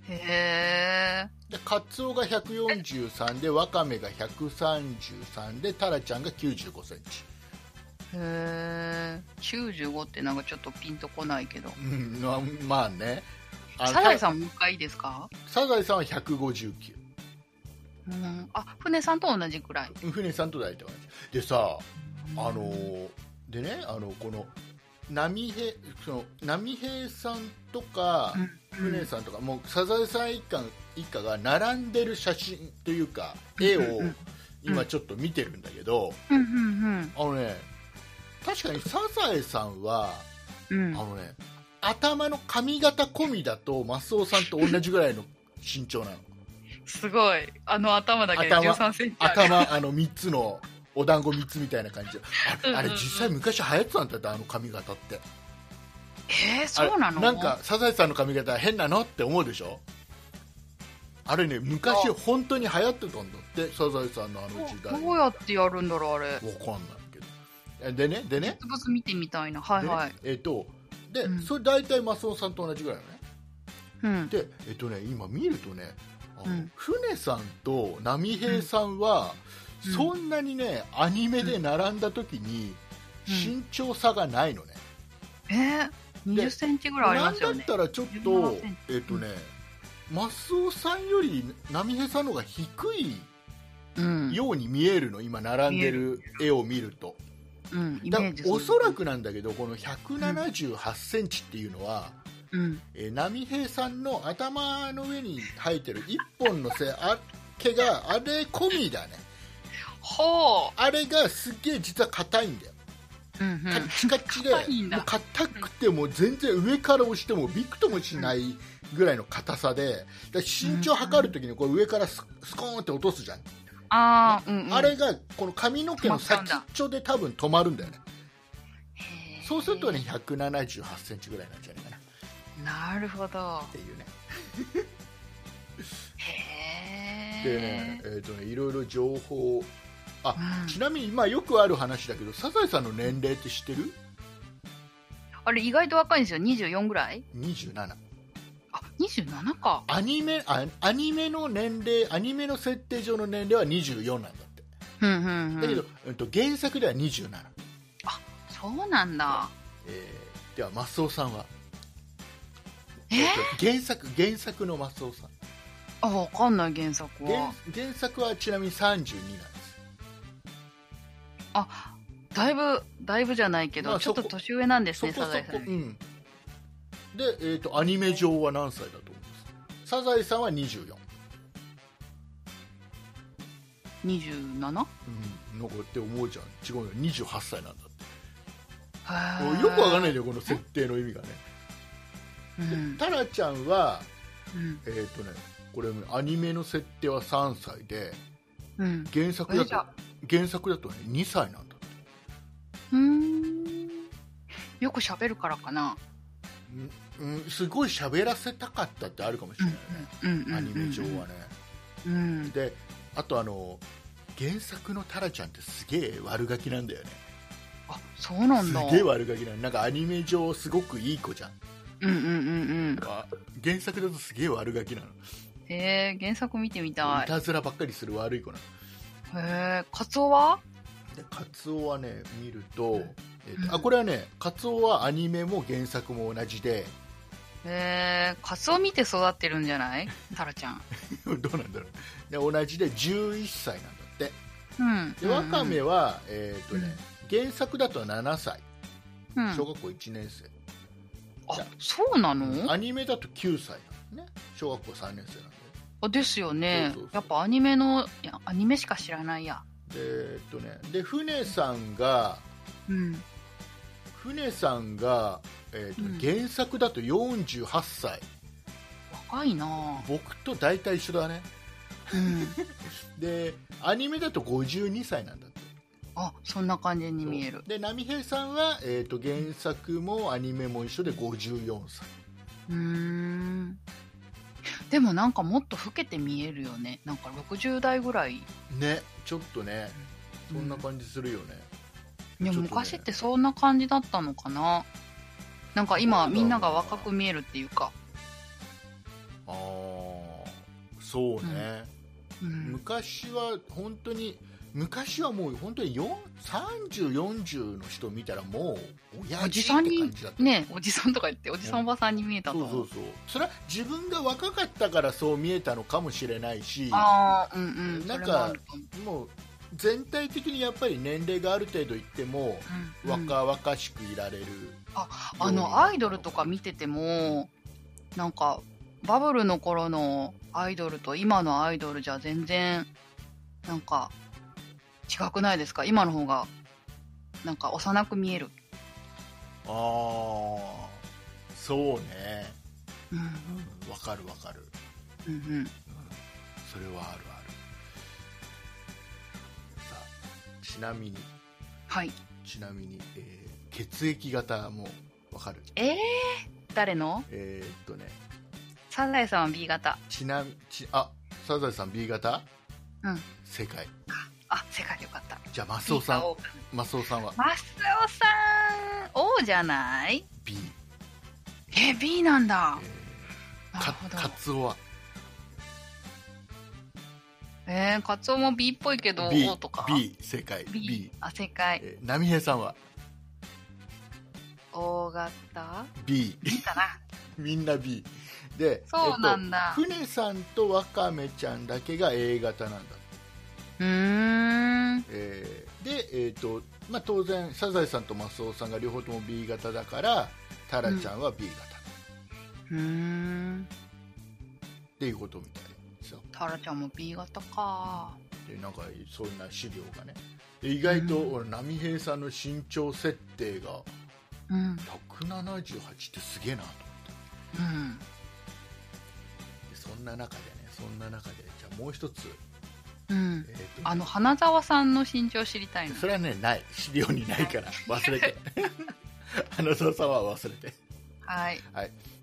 Speaker 1: へえ
Speaker 2: でカツオが143でワカメが133でタラちゃんが9 5センチ、
Speaker 1: へえ95ってなんかちょっとピンとこないけど
Speaker 2: うん、まあまあねあの
Speaker 1: サザエさんもう一回いいですか
Speaker 2: サザエさんは159
Speaker 1: うんあ船さんと同じくらい
Speaker 2: 船さんと大体同じでさあのーでねあのこの波平その波平さんとか、
Speaker 1: うん
Speaker 2: 船さんとか、もうサザエさん一家一家が並んでる写真というか絵を
Speaker 1: うん
Speaker 2: 今ちょっと見てるんだけど、
Speaker 1: うんうん
Speaker 2: あのね確かにサザエさんは、
Speaker 1: うんう
Speaker 2: あ
Speaker 1: ん
Speaker 2: のね頭の髪型込みだとマスオさんと同じぐらいの身長なの
Speaker 1: すごいあの頭だけで
Speaker 2: 頭
Speaker 1: 13センチある
Speaker 2: 頭あの3つのお団子3つみたいな感じであれ
Speaker 1: う
Speaker 2: あれ
Speaker 1: んうんうん
Speaker 2: 実際昔流行ってたんだってあの髪型って
Speaker 1: えー、そうなの
Speaker 2: あれなんかサザエさんの髪型変なのって思うでしょあれね昔
Speaker 1: あ
Speaker 2: 本当に流行ってたんだってサザエさんのあの時代
Speaker 1: どうやってやるんだろうあれ
Speaker 2: わかんないけどえでねでね
Speaker 1: つぶつ見てみたいなは
Speaker 2: で
Speaker 1: い
Speaker 2: ね
Speaker 1: はい
Speaker 2: えっ、とで、
Speaker 1: うん
Speaker 2: それ大体マスオさんと同じぐらいのね
Speaker 1: うん
Speaker 2: でえっ、とね今見るとねあの、
Speaker 1: うん
Speaker 2: 船さんと波平さんは、
Speaker 1: うん
Speaker 2: そんなにねアニメで並んだ時に
Speaker 1: うん
Speaker 2: 身長差がないのね、
Speaker 1: えー、
Speaker 2: で
Speaker 1: 20センチぐらいあり
Speaker 2: な
Speaker 1: ま
Speaker 2: ん
Speaker 1: す
Speaker 2: だ
Speaker 1: よ
Speaker 2: っ
Speaker 1: ね
Speaker 2: たらちょっ
Speaker 1: 17
Speaker 2: と
Speaker 1: センチ、
Speaker 2: えっとね、マスオさんより波平さんの方が低
Speaker 1: うん
Speaker 2: いように見えるの、今、並んでる絵を見ると、
Speaker 1: うん、イメ
Speaker 2: だ
Speaker 1: ージする
Speaker 2: おそら、くなんだけど、この178センチっていうのは、
Speaker 1: うん、
Speaker 2: えー波平さんの頭の上に生えてる一本のせあ毛が、あれ込みだね、
Speaker 1: ほ
Speaker 2: あれがすっげえ実は硬いんだよ、
Speaker 1: う、うんうん、
Speaker 2: カッチカチで、
Speaker 1: 硬いんだ
Speaker 2: もう硬くて、もう全然上から押してもびくともしないぐらいの硬さで、だから身長測るときにこれ上からススコーンって落とすじゃん、
Speaker 1: あー、うんうん、
Speaker 2: あれがこの髪の毛の
Speaker 1: 止まっ
Speaker 2: 先
Speaker 1: ちゃ
Speaker 2: っ
Speaker 1: うんだ
Speaker 2: ちょで多分止まるんだよね、
Speaker 1: へー
Speaker 2: そうするとね、178センチぐらいなんじゃないかなっ
Speaker 1: なるほど
Speaker 2: ていうね。
Speaker 1: へ
Speaker 2: でね
Speaker 1: え、
Speaker 2: えーとねいろいろ情報あ、
Speaker 1: うん
Speaker 2: ちなみに、まあ、よくある話だけどサザエさんの年齢って知ってる
Speaker 1: あれ意外と若いんですよ24ぐらい
Speaker 2: ?27
Speaker 1: あ27か
Speaker 2: アニメあアニメの年齢アニメの設定上の年齢は24なんだって
Speaker 1: うんうんうん
Speaker 2: だけど、えっと原作では27、
Speaker 1: そうなんだ
Speaker 2: えーではマスオさんは、
Speaker 1: え
Speaker 2: えっと原作原作のマスオさん
Speaker 1: あわかんない原作
Speaker 2: 原
Speaker 1: は
Speaker 2: 原作はちなみに32なんです
Speaker 1: だいぶだいぶじゃないけど、
Speaker 2: まあ
Speaker 1: ちょっと
Speaker 2: そこ
Speaker 1: 年上なんです
Speaker 2: そ
Speaker 1: ね
Speaker 2: こそ
Speaker 1: サ
Speaker 2: こ
Speaker 1: ザエさんよ
Speaker 2: う
Speaker 1: り
Speaker 2: んで、えー、とアニメ上は何歳だと思いますサザエさんは24
Speaker 1: 27?
Speaker 2: うん、なんかって思うじゃん違うよ28歳なんだっ
Speaker 1: へ
Speaker 2: て
Speaker 1: ー
Speaker 2: よくわかんないんだよこの設定の意味がね
Speaker 1: うん
Speaker 2: でタラちゃんは
Speaker 1: うん
Speaker 2: えっ、とねこれアニメの設定は3歳で
Speaker 1: うん
Speaker 2: 原作だ
Speaker 1: えじゃあ
Speaker 2: と原作だとね2歳なんだって
Speaker 1: うーんよく喋るからかな
Speaker 2: うん、うん、すごい喋らせたかったってあるかもしれないね、
Speaker 1: うんうん
Speaker 2: アニメ上はね、
Speaker 1: うん
Speaker 2: であとあの原作のタラちゃんってすげえ悪ガキなんだよね
Speaker 1: そうなん
Speaker 2: す
Speaker 1: だ。
Speaker 2: げえ悪ガキなのなんかアニメ上すごくいい子じゃん
Speaker 1: うんうんうん
Speaker 2: あ原作だとすげえ悪ガキなの
Speaker 1: うん。へえ、原作見てみた
Speaker 2: い
Speaker 1: い。へ
Speaker 2: たずらばっかりする悪い子な
Speaker 1: え、カツオは
Speaker 2: のでカツオはね見ると,、えっと
Speaker 1: うん
Speaker 2: あこれはねカツオはアニメも原作も同じで
Speaker 1: へえ、カツオ見て育ってるんじゃないタラちゃん。
Speaker 2: どうなんだろうで同じで11歳なんだって
Speaker 1: うん。
Speaker 2: でワカメ
Speaker 1: を、
Speaker 2: は、えっとね原作だと7歳
Speaker 1: うん、
Speaker 2: 小学校1年生、
Speaker 1: あ、そうなの
Speaker 2: アニメだと9歳なのね小学校3年生なんで
Speaker 1: あですよね
Speaker 2: そうそうそう
Speaker 1: やっぱアニメの、いや、アニメしか知らないや。
Speaker 2: でえっとねで船さんが
Speaker 1: うん。
Speaker 2: 船さんが、えーと
Speaker 1: うん
Speaker 2: 原作だと48歳
Speaker 1: 若いな
Speaker 2: 僕と大体一緒だね
Speaker 1: うん。
Speaker 2: でアニメだと52歳なんだって
Speaker 1: あ、そんな感じに見える。
Speaker 2: で波平さんは、えー、と原作もアニメも一緒で54歳
Speaker 1: うーん。でもなんかもっと老けて見えるよね。なんか60代ぐらい。
Speaker 2: ねちょっとねそんな感じするよね、
Speaker 1: でも
Speaker 2: ちょっとね
Speaker 1: 昔ってそんな感じだったのかななんか今
Speaker 2: そうなんだろうな
Speaker 1: みんなが若く見えるっていうか、
Speaker 2: ああそうね、
Speaker 1: うん、
Speaker 2: 昔は本当に昔はもう本当に3040の人見たらもう親
Speaker 1: おじ
Speaker 2: 父
Speaker 1: さ
Speaker 2: って
Speaker 1: ん
Speaker 2: 感
Speaker 1: に
Speaker 2: じだった
Speaker 1: ねおじさんとか言っておじさんおばさんに見えた
Speaker 2: そう
Speaker 1: の
Speaker 2: そうそうそれは自分が若かったからそう見えたのかもしれないし
Speaker 1: ああうんうん
Speaker 2: なん
Speaker 1: そ
Speaker 2: か
Speaker 1: れもあるかも
Speaker 2: もう全体的にやっぱり年齢がある程度いっても
Speaker 1: うんうん
Speaker 2: 若々しくいられる、
Speaker 1: あのアイドルとか見ててもなんかバブルの頃のアイドルと今のアイドルじゃ全然なんか違くないですか今の方がなんか幼く見える、
Speaker 2: ああそうね
Speaker 1: うん
Speaker 2: うんわかるわかる、
Speaker 1: うんうん、
Speaker 2: うん、それはあるあるさあちなみに
Speaker 1: はい
Speaker 2: ちなみに、えー血液型もわかる
Speaker 1: えー、誰の
Speaker 2: えーっとね
Speaker 1: サザエさんは B 型
Speaker 2: ちなみちあサザエさん B 型
Speaker 1: うん
Speaker 2: 正解
Speaker 1: あ正解よかった
Speaker 2: じゃあマスオさ
Speaker 1: B か O
Speaker 2: ん
Speaker 1: か
Speaker 2: マスオさんは
Speaker 1: マスオさん O じゃない
Speaker 2: B、
Speaker 1: え B なん
Speaker 2: え
Speaker 1: だ
Speaker 2: ー
Speaker 1: なる
Speaker 2: か
Speaker 1: ほど
Speaker 2: カツオは
Speaker 1: えー、カツオも B っぽいけど
Speaker 2: B
Speaker 1: O とか
Speaker 2: B 正解 B,
Speaker 1: B あ正解
Speaker 2: えー波平さんは
Speaker 1: O 型
Speaker 2: B
Speaker 1: いいかな
Speaker 2: みんな B で
Speaker 1: そうなんだ
Speaker 2: えっと、船さんとわかめちゃんだけが A 型なんだ、
Speaker 1: うーん
Speaker 2: えーで、えっとまあ、当然サザエさんとマスオさんが両方とも B 型だからタラちゃんは B 型っ
Speaker 1: うーん
Speaker 2: ていうことみたいですよ
Speaker 1: タラちゃんも B 型か
Speaker 2: でなんかそんな資料がねで意外と、俺波平さんの身長設定が
Speaker 1: うんうん
Speaker 2: 178ってすげえなとでそんな中でねそんな中でじゃあもう一つ、
Speaker 1: うん
Speaker 2: えーと
Speaker 1: あの花澤さんの身長知りたいの
Speaker 2: それはねない資料にな いから忘れて 花澤さんは忘れて
Speaker 1: はい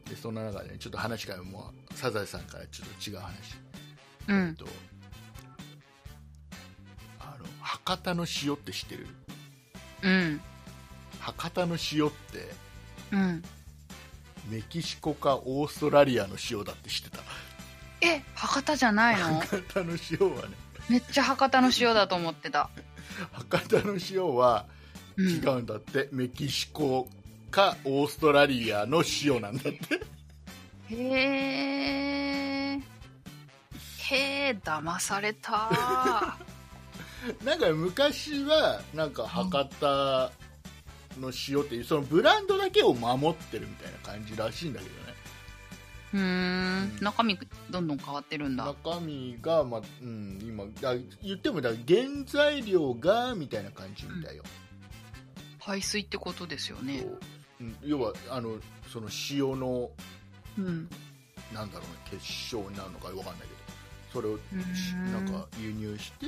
Speaker 2: でそんな中でねちょっと話がもうサザエさんからちょっと違う話、
Speaker 1: う
Speaker 2: えっ
Speaker 1: ん
Speaker 2: とあの博多の塩って知ってる
Speaker 1: うん
Speaker 2: 博多の塩って
Speaker 1: うん
Speaker 2: メキシコかオーストラリアの塩だって知ってた
Speaker 1: え博多じゃないの
Speaker 2: 博多の塩はね
Speaker 1: めっちゃ博多の塩だと思ってた、
Speaker 2: 博多の塩は
Speaker 1: うん
Speaker 2: 違うんだって、メキシコかオーストラリアの塩なんだって
Speaker 1: へえへえ騙された
Speaker 2: なんか昔はなんか博多の塩っていうそのブランドだけを守ってるみたいな感じらしいんだけどね
Speaker 1: うーん中身どんどん変わってるんだ
Speaker 2: 中身が、まあうん、今だ言ってもだ原材料がみたいな感じみたいよ、
Speaker 1: 排水ってことですよね
Speaker 2: そううん要はあのその塩の
Speaker 1: うん
Speaker 2: なんだろうね結晶になるのかわかんないけどそれを
Speaker 1: う
Speaker 2: し
Speaker 1: ーん
Speaker 2: なんか輸入して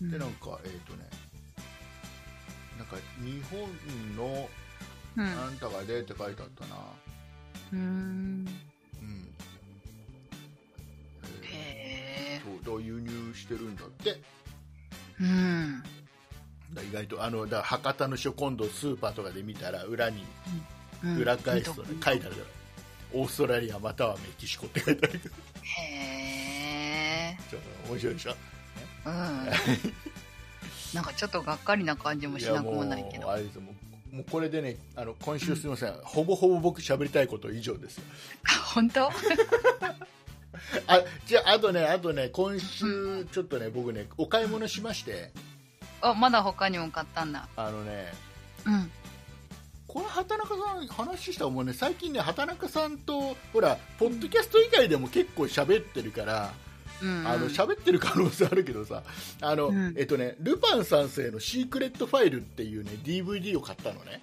Speaker 1: うん
Speaker 2: でなんかえっ、とねなんか日本の
Speaker 1: うん
Speaker 2: なんたかでって書いてあったな、
Speaker 1: うーん
Speaker 2: うんえ
Speaker 1: へえ
Speaker 2: ーそうだから輸入してるんだって
Speaker 1: うん
Speaker 2: だ意外とあのだから博多の書今度スーパーとかで見たら裏に
Speaker 1: うん
Speaker 2: 裏返すとね、書いてあるからオーストラリアまたはメキシコって書いてあるけど
Speaker 1: へえ。
Speaker 2: ちょっと面白いでしょ
Speaker 1: うん。 なんかちょっとがっかりな感じもしなくもないけ
Speaker 2: いや
Speaker 1: ど。
Speaker 2: もうあれですよもうもうこれでねあの今週すみません、ほぼほぼ僕喋りたいこと以上ですよ
Speaker 1: 本当？
Speaker 2: あじゃああとねあとね今週ちょっとね僕ねお買い物しまして
Speaker 1: あまだ他にも買ったんだ。
Speaker 2: あのね
Speaker 1: うん。
Speaker 2: これ畑中さん話したもんね最近ね畑中さんとほらポッドキャスト以外でも結構喋ってるから、
Speaker 1: うん。
Speaker 2: あの喋ってる可能性あるけどさあの、
Speaker 1: うん
Speaker 2: えっとね「ルパン三世のシークレットファイル」っていうね DVD を買ったのね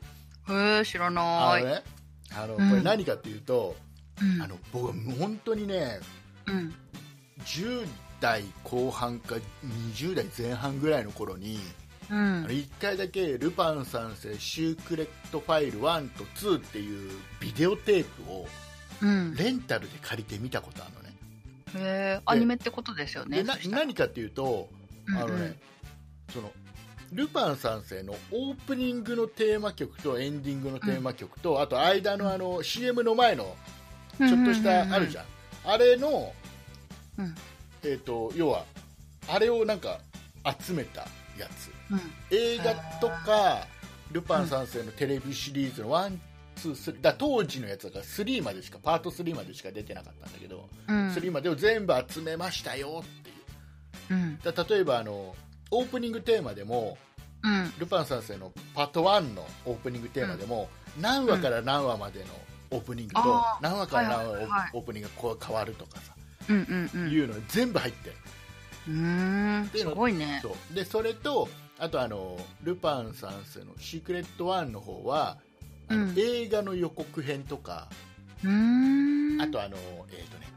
Speaker 1: へえ知らな
Speaker 2: あ
Speaker 1: い
Speaker 2: の。ねあの
Speaker 1: うん
Speaker 2: これ何かっていうと、
Speaker 1: うん
Speaker 2: あの僕は本当にね
Speaker 1: うん
Speaker 2: 10代後半か20代前半ぐらいの頃に、
Speaker 1: う
Speaker 2: あの
Speaker 1: ん。
Speaker 2: 1回だけ「ルパン三世シークレットファイル1と2」っていうビデオテープを
Speaker 1: うん。へ
Speaker 2: レンタルで借りて見たことあるのね
Speaker 1: えアニメってことですよね。
Speaker 2: でな
Speaker 1: そしたら
Speaker 2: 何かっていうとあのね、
Speaker 1: うんうん
Speaker 2: そのルパン三世のオープニングのテーマ曲とエンディングのテーマ曲と、あと間のあの CM の前のちょっとしたあるじゃん、あれの、
Speaker 1: うん
Speaker 2: えー、と要はあれをなんか集めたやつ
Speaker 1: うん。
Speaker 2: 映画とか「ルパン三世」のテレビシリーズのワンツースリーだ当時のやつが3までしかパート3までしか出てなかったんだけど、
Speaker 1: うん。
Speaker 2: 3までを全部集めましたよっていう
Speaker 1: うん。
Speaker 2: だ例えばあのオープニングテーマでも
Speaker 1: うん。
Speaker 2: 「ルパン三世」のパート1のオープニングテーマでも、何話から何話までのオープニングと、
Speaker 1: あー
Speaker 2: 何話から何話
Speaker 1: はいはいはい
Speaker 2: オープニングがこう変わるとかさ、
Speaker 1: うんうんうん。
Speaker 2: いうの全部入ってる
Speaker 1: うーんすごいね。
Speaker 2: そうでそれとあとあの「ルパン三世」の「シークレット1」の方はあの、
Speaker 1: うん
Speaker 2: 映画の予告編とか
Speaker 1: うーん。
Speaker 2: あとあの、えーとね、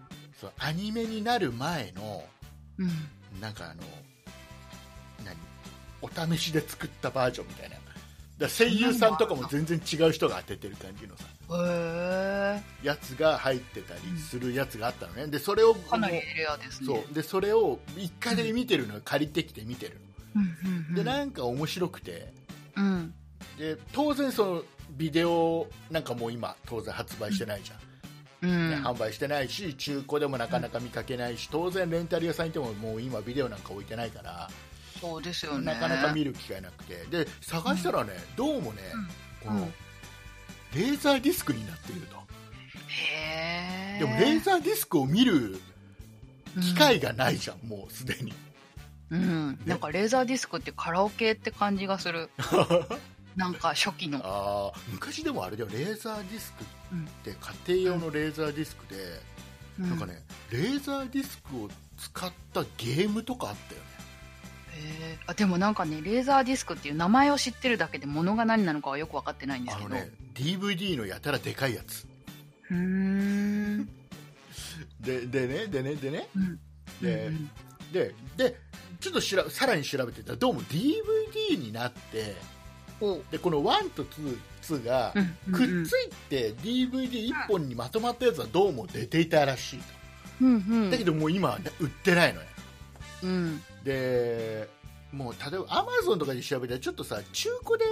Speaker 2: そうアニメになる前の
Speaker 1: うん。
Speaker 2: なんかあの何お試しで作ったバージョンみたいなだから声優さんとかも全然違う人が当ててる感じのさ
Speaker 1: へえ
Speaker 2: やつが入ってたりするやつがあったのねでそれを
Speaker 1: かなりレアですね。
Speaker 2: そうでそれを一回で見てるの借りてきて見てる
Speaker 1: うんうんうん。
Speaker 2: のでなんか面白くて、
Speaker 1: うん。
Speaker 2: で当然そのビデオなんかもう今当然発売してないじゃん、
Speaker 1: う
Speaker 2: ね
Speaker 1: ん。
Speaker 2: 販売してないし中古でもなかなか見かけないし当然レンタル屋さんにいてももう今ビデオなんか置いてないから、
Speaker 1: そうですよね。
Speaker 2: なかなか見る機会なくてで探したらね、どうもね、
Speaker 1: うん
Speaker 2: この
Speaker 1: うん
Speaker 2: レーザーディスクになっていると
Speaker 1: へえ。
Speaker 2: でもレーザーディスクを見る機会がないじゃん、もうすでに
Speaker 1: うん、うんなんかレーザーディスクってカラオケって感じがす る。なんか初期の。
Speaker 2: あー昔でもあれだよレーザーディスクって家庭用のレーザーディスクで、
Speaker 1: うん
Speaker 2: なんか。ね、レーザーディスクを使ったゲームとかあったよね。
Speaker 1: へえ。あでもなんかねレーザーディスクっていう名前を知ってるだけで物が何なのかはよく分かってないんです
Speaker 2: あ
Speaker 1: け
Speaker 2: の
Speaker 1: ど。
Speaker 2: ね、DVD のやたらでかいやつ。
Speaker 1: うーん。
Speaker 2: で、でね、でね、でね、
Speaker 1: うん
Speaker 2: で
Speaker 1: うん
Speaker 2: で、で、ちょっとしらさらに調べてたら、どうも DVD になって、
Speaker 1: お
Speaker 2: で、この1と 2, 2が
Speaker 1: うんうん
Speaker 2: くっついて DVD1 本にまとまったやつはどうも出ていたらしいと。
Speaker 1: うんうん
Speaker 2: だけどもう今はね売ってないのよ。
Speaker 1: うん
Speaker 2: で、もう例えば Amazon とかで調べたら、ちょっとさ、中古で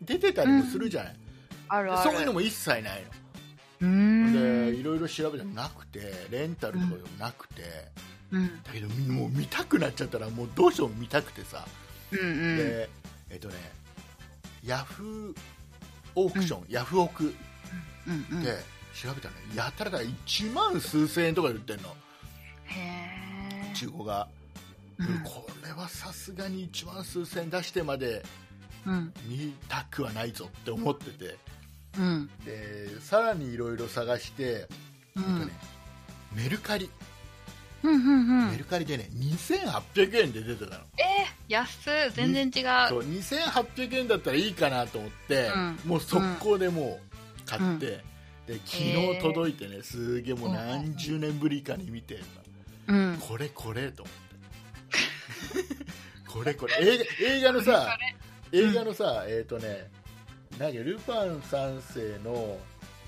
Speaker 2: 出てたりもするじゃない。
Speaker 1: あるある
Speaker 2: そういうのも一切ないの。
Speaker 1: うーん
Speaker 2: でいろいろ調べてもなくてレンタルとかでもなくて、
Speaker 1: うん
Speaker 2: だけどもう見たくなっちゃったらもうどうしても見たくてさ、
Speaker 1: うんうん
Speaker 2: でえっとねヤフーオークション、ヤフオク
Speaker 1: うんうん
Speaker 2: で調べたらねやたらだ1万数千円とかで売ってんの
Speaker 1: へー
Speaker 2: 中古が、
Speaker 1: うん
Speaker 2: これはさすがに1万数千円出してまで
Speaker 1: うん
Speaker 2: 見たくはないぞって思ってて
Speaker 1: うん
Speaker 2: でさらにいろいろ探して、
Speaker 1: う
Speaker 2: えっと
Speaker 1: ん
Speaker 2: ね、メルカリ
Speaker 1: うんうんう
Speaker 2: メ
Speaker 1: ん
Speaker 2: ルカリでね2800円で出てたの
Speaker 1: えー安っ全然違
Speaker 2: そうう2800円だったらいいかなと思って、もう速攻でもう買って、
Speaker 1: うん
Speaker 2: で昨日届いてね、すげえもう何十年ぶりかに見て、
Speaker 1: うん
Speaker 2: これこれと思 ってこれこれ映画映画のさ映画のさ、えっ、とねなんかルパン三世の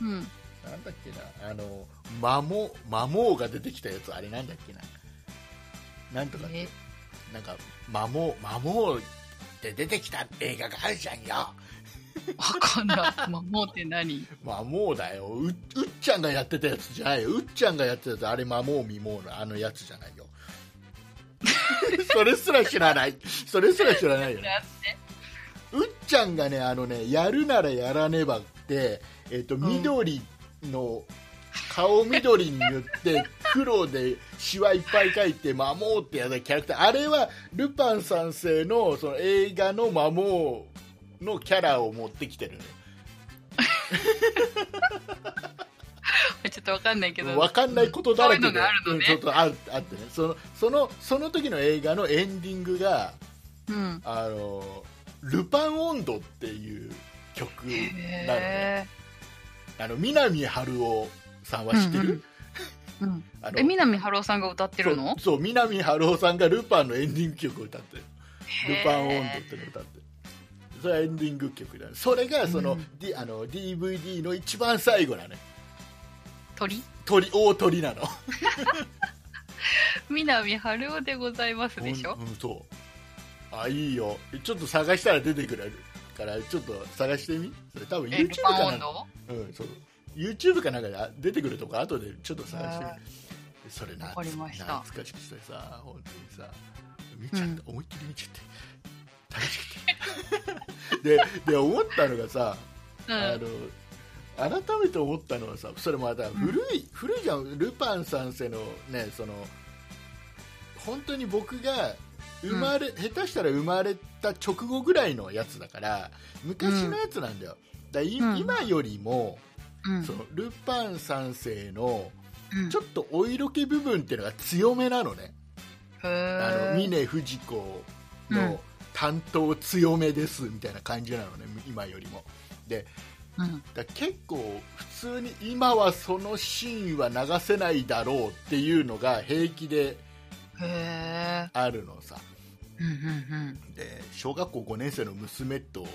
Speaker 1: うん
Speaker 2: なんだっけなあの魔モ魔モが出てきたやつあれなんだっけななんとかって
Speaker 1: え
Speaker 2: なんか魔モ魔モっして出てきた映画があるじゃんよ。
Speaker 1: わかんない。まあ、もうって 何
Speaker 2: まあもうだよう。うっちゃんがやってたやつじゃないよ。うっちゃんがやってたやつ、あれまあもう見もうのあのやつじゃないよ。それすら知らない。それすら知らないよね。
Speaker 1: だって。
Speaker 2: うっちゃんがね、あのね、やるならやらねばって、えっ、と、
Speaker 1: ん
Speaker 2: 緑の、顔緑に塗って、黒でシワいっぱい描いて、魔王ってやったキャラクター。あれは、ルパン三世の、その映画の魔王のキャラを持ってきてる
Speaker 1: ちょっとわかんないけど。
Speaker 2: の。わかんないことだらけで、
Speaker 1: そういうのがあるのね
Speaker 2: うんちょっとああってね。その、その、その時の映画のエンディングが、
Speaker 1: うん。
Speaker 2: あの、ルパン音頭っていう曲なのね。
Speaker 1: へ
Speaker 2: あの南春夫さんは知ってる、
Speaker 1: うんうんえ。うん。
Speaker 2: あの
Speaker 1: え、南春夫さんが歌ってるの
Speaker 2: そうそう南春夫さんがルパンのエンディング曲を歌ってる「ルパン音頭」
Speaker 1: へ
Speaker 2: っていうのを歌ってるそれはエンディング曲だねそれがその,、
Speaker 1: うん
Speaker 2: D、あの DVD の一番最後だね
Speaker 1: ー鳥
Speaker 2: 鳥大鳥なの
Speaker 1: 南春夫でございますでしょ
Speaker 2: うんうんそうあいいよちょっと探したら出てくれるからちょっと探してみそれ多分
Speaker 1: え、ル
Speaker 2: YouTube
Speaker 1: パン
Speaker 2: かな
Speaker 1: 温度
Speaker 2: うん、そう YouTube かなんかであ出てくるとか後でちょっと探してみ
Speaker 1: へ
Speaker 2: それな
Speaker 1: わかりました
Speaker 2: 懐かしくてさ本当にさ見ちゃった、思いっきり見ちゃって楽し くてでで思ったのがさ、
Speaker 1: う
Speaker 2: あ
Speaker 1: ん。
Speaker 2: の改めて思ったのはさそれまた古い、古いじゃんルパン三世のねその本当に僕が生まれ、下手したら生まれた直後ぐらいのやつだから昔のやつなんだよ、だからい
Speaker 1: うん
Speaker 2: 今よりも、
Speaker 1: うん。
Speaker 2: そのルパン三世の
Speaker 1: うん
Speaker 2: ちょっとお色気部分っていうのが強めなのね、
Speaker 1: へ
Speaker 2: あの
Speaker 1: ー
Speaker 2: 峰不二子
Speaker 1: うん
Speaker 2: の担当強めですみたいな感じなのね今よりもで
Speaker 1: うん。
Speaker 2: だから結構普通に今はそのシーンは流せないだろうっていうのが平気で
Speaker 1: へ
Speaker 2: あるのさ
Speaker 1: ーうんうん
Speaker 2: で小学校5年生の娘とも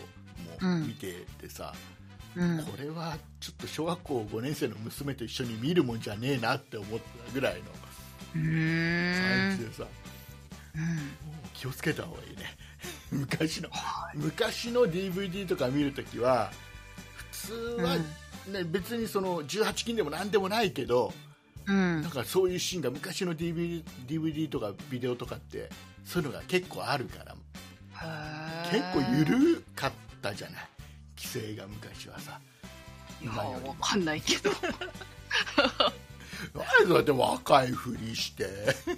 Speaker 2: 見ててさ、
Speaker 1: うん。うん
Speaker 2: これはちょっと小学校5年生の娘と一緒に見るもんじゃねえなって思ったぐらいの
Speaker 1: うー
Speaker 2: 感
Speaker 1: ん
Speaker 2: じでさ、
Speaker 1: うん
Speaker 2: 気をつけた方がいいね 昔の昔の DVD とか見るときは普通は、ね別にその18禁でも何でもないけど
Speaker 1: うん
Speaker 2: なんかそういうシーンが昔の DVD, DVD とかビデオとかってそういうのが結構あるから結構緩かったじゃない規制が昔はさ
Speaker 1: いや
Speaker 2: 今より
Speaker 1: わかんないけど
Speaker 2: なんでだって若いふりして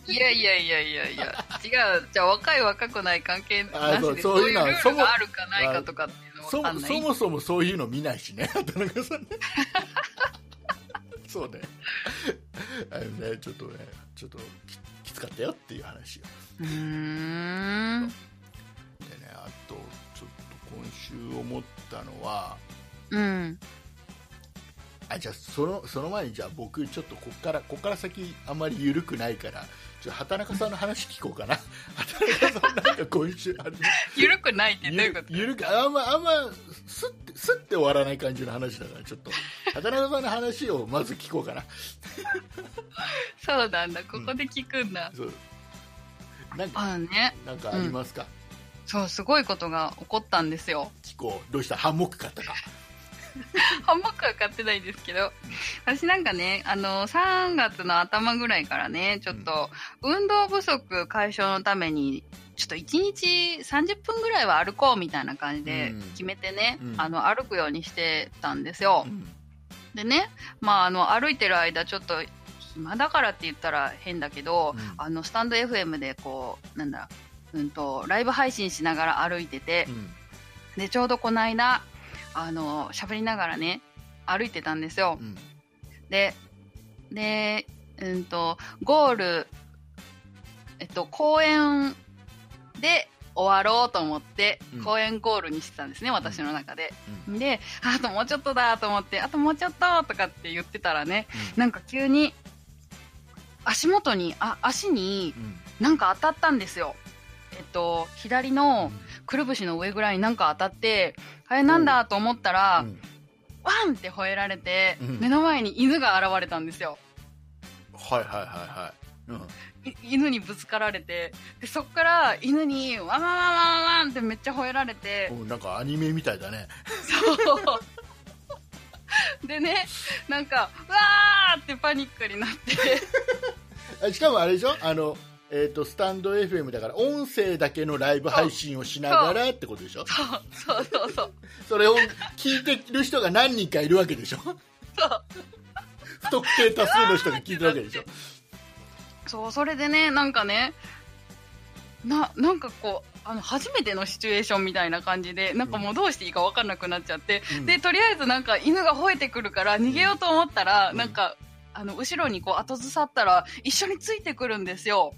Speaker 1: いやいやいやいやいや違うじゃあ若い若くない関係な
Speaker 2: あそ
Speaker 1: し
Speaker 2: う
Speaker 1: で
Speaker 2: そう
Speaker 1: そう
Speaker 2: い
Speaker 1: いうう
Speaker 2: の
Speaker 1: ル
Speaker 2: は
Speaker 1: ールがあるかないかとかっていうのは
Speaker 2: そ
Speaker 1: わかん
Speaker 2: も
Speaker 1: な
Speaker 2: そ
Speaker 1: い
Speaker 2: もそもそういうの見ないしね 田中さんねそうねあのねちょっとねちょっとききつかったよっていう話よ
Speaker 1: うーん
Speaker 2: でねあとちょっと今週思ったのは
Speaker 1: うん
Speaker 2: あじゃあそのその前にじゃあ僕ちょっとこっからこっから先あんまり緩くないからちょっと畑中さんの話聞こうかな 畑中さんなんか今週あの
Speaker 1: 緩くないってどういうこ
Speaker 2: ゆ
Speaker 1: と
Speaker 2: ゆるくあんまあんますってすって終わらない感じの話だからちょっと畑中さんの話をまず聞こうかな
Speaker 1: そうなんだここで聞くんだ、
Speaker 2: そうなんか
Speaker 1: あのね
Speaker 2: なんかありますか、
Speaker 1: そうすごいことが起こったんですよ
Speaker 2: 聞こうどうしたハンモック買ったか
Speaker 1: ハンモックは買ってないんですけど、私なんかね、あの、3月の頭ぐらいからね、ちょっと、運動不足解消のために、ちょっと1日30分ぐらいは歩こうみたいな感じで
Speaker 2: うん
Speaker 1: 決めてね、
Speaker 2: うん
Speaker 1: あの、歩くようにしてたんですよ
Speaker 2: う。ん
Speaker 1: でね、まあ、あの、歩いてる間、ちょっと、暇だからって言ったら変だけど、
Speaker 2: うん
Speaker 1: あの、スタンド FM でこう、なんだ、うんと、ライブ配信しながら歩いてて、でちょうどこの間あの喋りながらね歩いてたんですよ
Speaker 2: うんうん
Speaker 1: ででうんとゴールえっと公園で終わろうと思って、
Speaker 2: うん
Speaker 1: 公園ゴールにしてたんですね私の中で、であともうちょっとだと思ってあともうちょっととかって言ってたらねなんか急に足元にあ足に
Speaker 2: うん
Speaker 1: なんか当たったんですよえっと左の、くるぶしの上ぐらいになんか当たって、あれなんだと思ったら、
Speaker 2: うん
Speaker 1: ワンって吠えられて、
Speaker 2: うん
Speaker 1: 目の前に犬が現れたんですよ。
Speaker 2: はいはいはいはうんうん
Speaker 1: い犬にぶつかられてでそっから犬にワンワンワンワンワンってめっちゃ吠えられて
Speaker 2: おなんかアニメみたいだね
Speaker 1: そうでねなんかうわーってパニックになって
Speaker 2: あしかもあれでしょあの、えー、とスタンド FM だから音声だけのライブ配信をしながらってことでしょ
Speaker 1: そうそうそうそう
Speaker 2: それを聞いてる人が何人かいるわけでしょ
Speaker 1: そう
Speaker 2: 不特定多数の人が聞いてるわけでしょ
Speaker 1: そうそれでねなんかねななんかこうあの初めてのシチュエーションみたいな感じでなんかもうどうしていいか分かんなくなっちゃって、
Speaker 2: うん
Speaker 1: でとりあえずなんか犬が吠えてくるから逃げようと思ったら、
Speaker 2: うん
Speaker 1: なんかあの後ろにこう後ずさったら一緒についてくるんですよ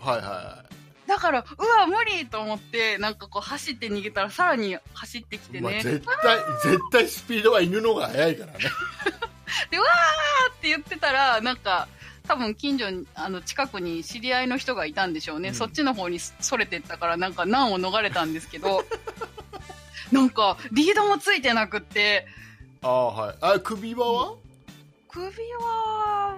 Speaker 2: はいはいは
Speaker 1: だからうわ無理と思ってなんかこう走って逃げたらさらに走ってき
Speaker 2: い、
Speaker 1: て
Speaker 2: まあ
Speaker 1: ね、
Speaker 2: 絶対絶対スピードは犬の方が速いからね
Speaker 1: でわーって言ってたらなんか多分近所にあの近くに知り合いの人がいたんでしょうね、
Speaker 2: うん
Speaker 1: そっちの方にそれてったからなんか難を逃れたんですけど なんかリードもついてなくって
Speaker 2: ああはいあ首輪は、
Speaker 1: 首輪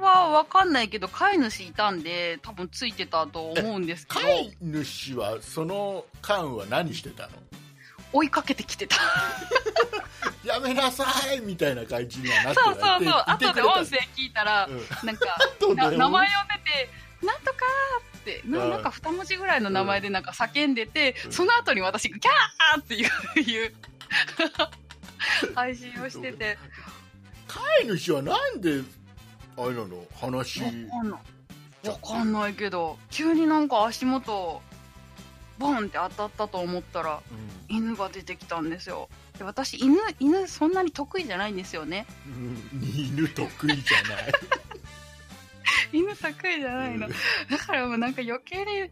Speaker 1: は分かんないけど飼い主いたんで多分ついてたと思うんですけど
Speaker 2: 飼い主はその間は何してたの
Speaker 1: 追いかけてきてた
Speaker 2: やめなさいみたいな感じにはなって
Speaker 1: そうそ
Speaker 2: な
Speaker 1: う
Speaker 2: い
Speaker 1: そう後で音声聞いたら、
Speaker 2: うん
Speaker 1: なんか
Speaker 2: どうだ
Speaker 1: な
Speaker 2: よ
Speaker 1: 名前を出て、なんとかーって、な
Speaker 2: うん
Speaker 1: なんか2文字ぐらいの名前でなんか叫んでて、
Speaker 2: うん
Speaker 1: その後に私がキャーっていう、い う配信をしてて、
Speaker 2: 飼い主はなんであれなの話
Speaker 1: わかんない。わかんないけど、急になんか足元、ボンって当たったと思ったら、犬が出てきたんですよ。で私、犬、犬そんなに得意じゃないんですよね。
Speaker 2: うん犬得意じゃない
Speaker 1: 犬得意じゃないの。だからもうなんか余計に、う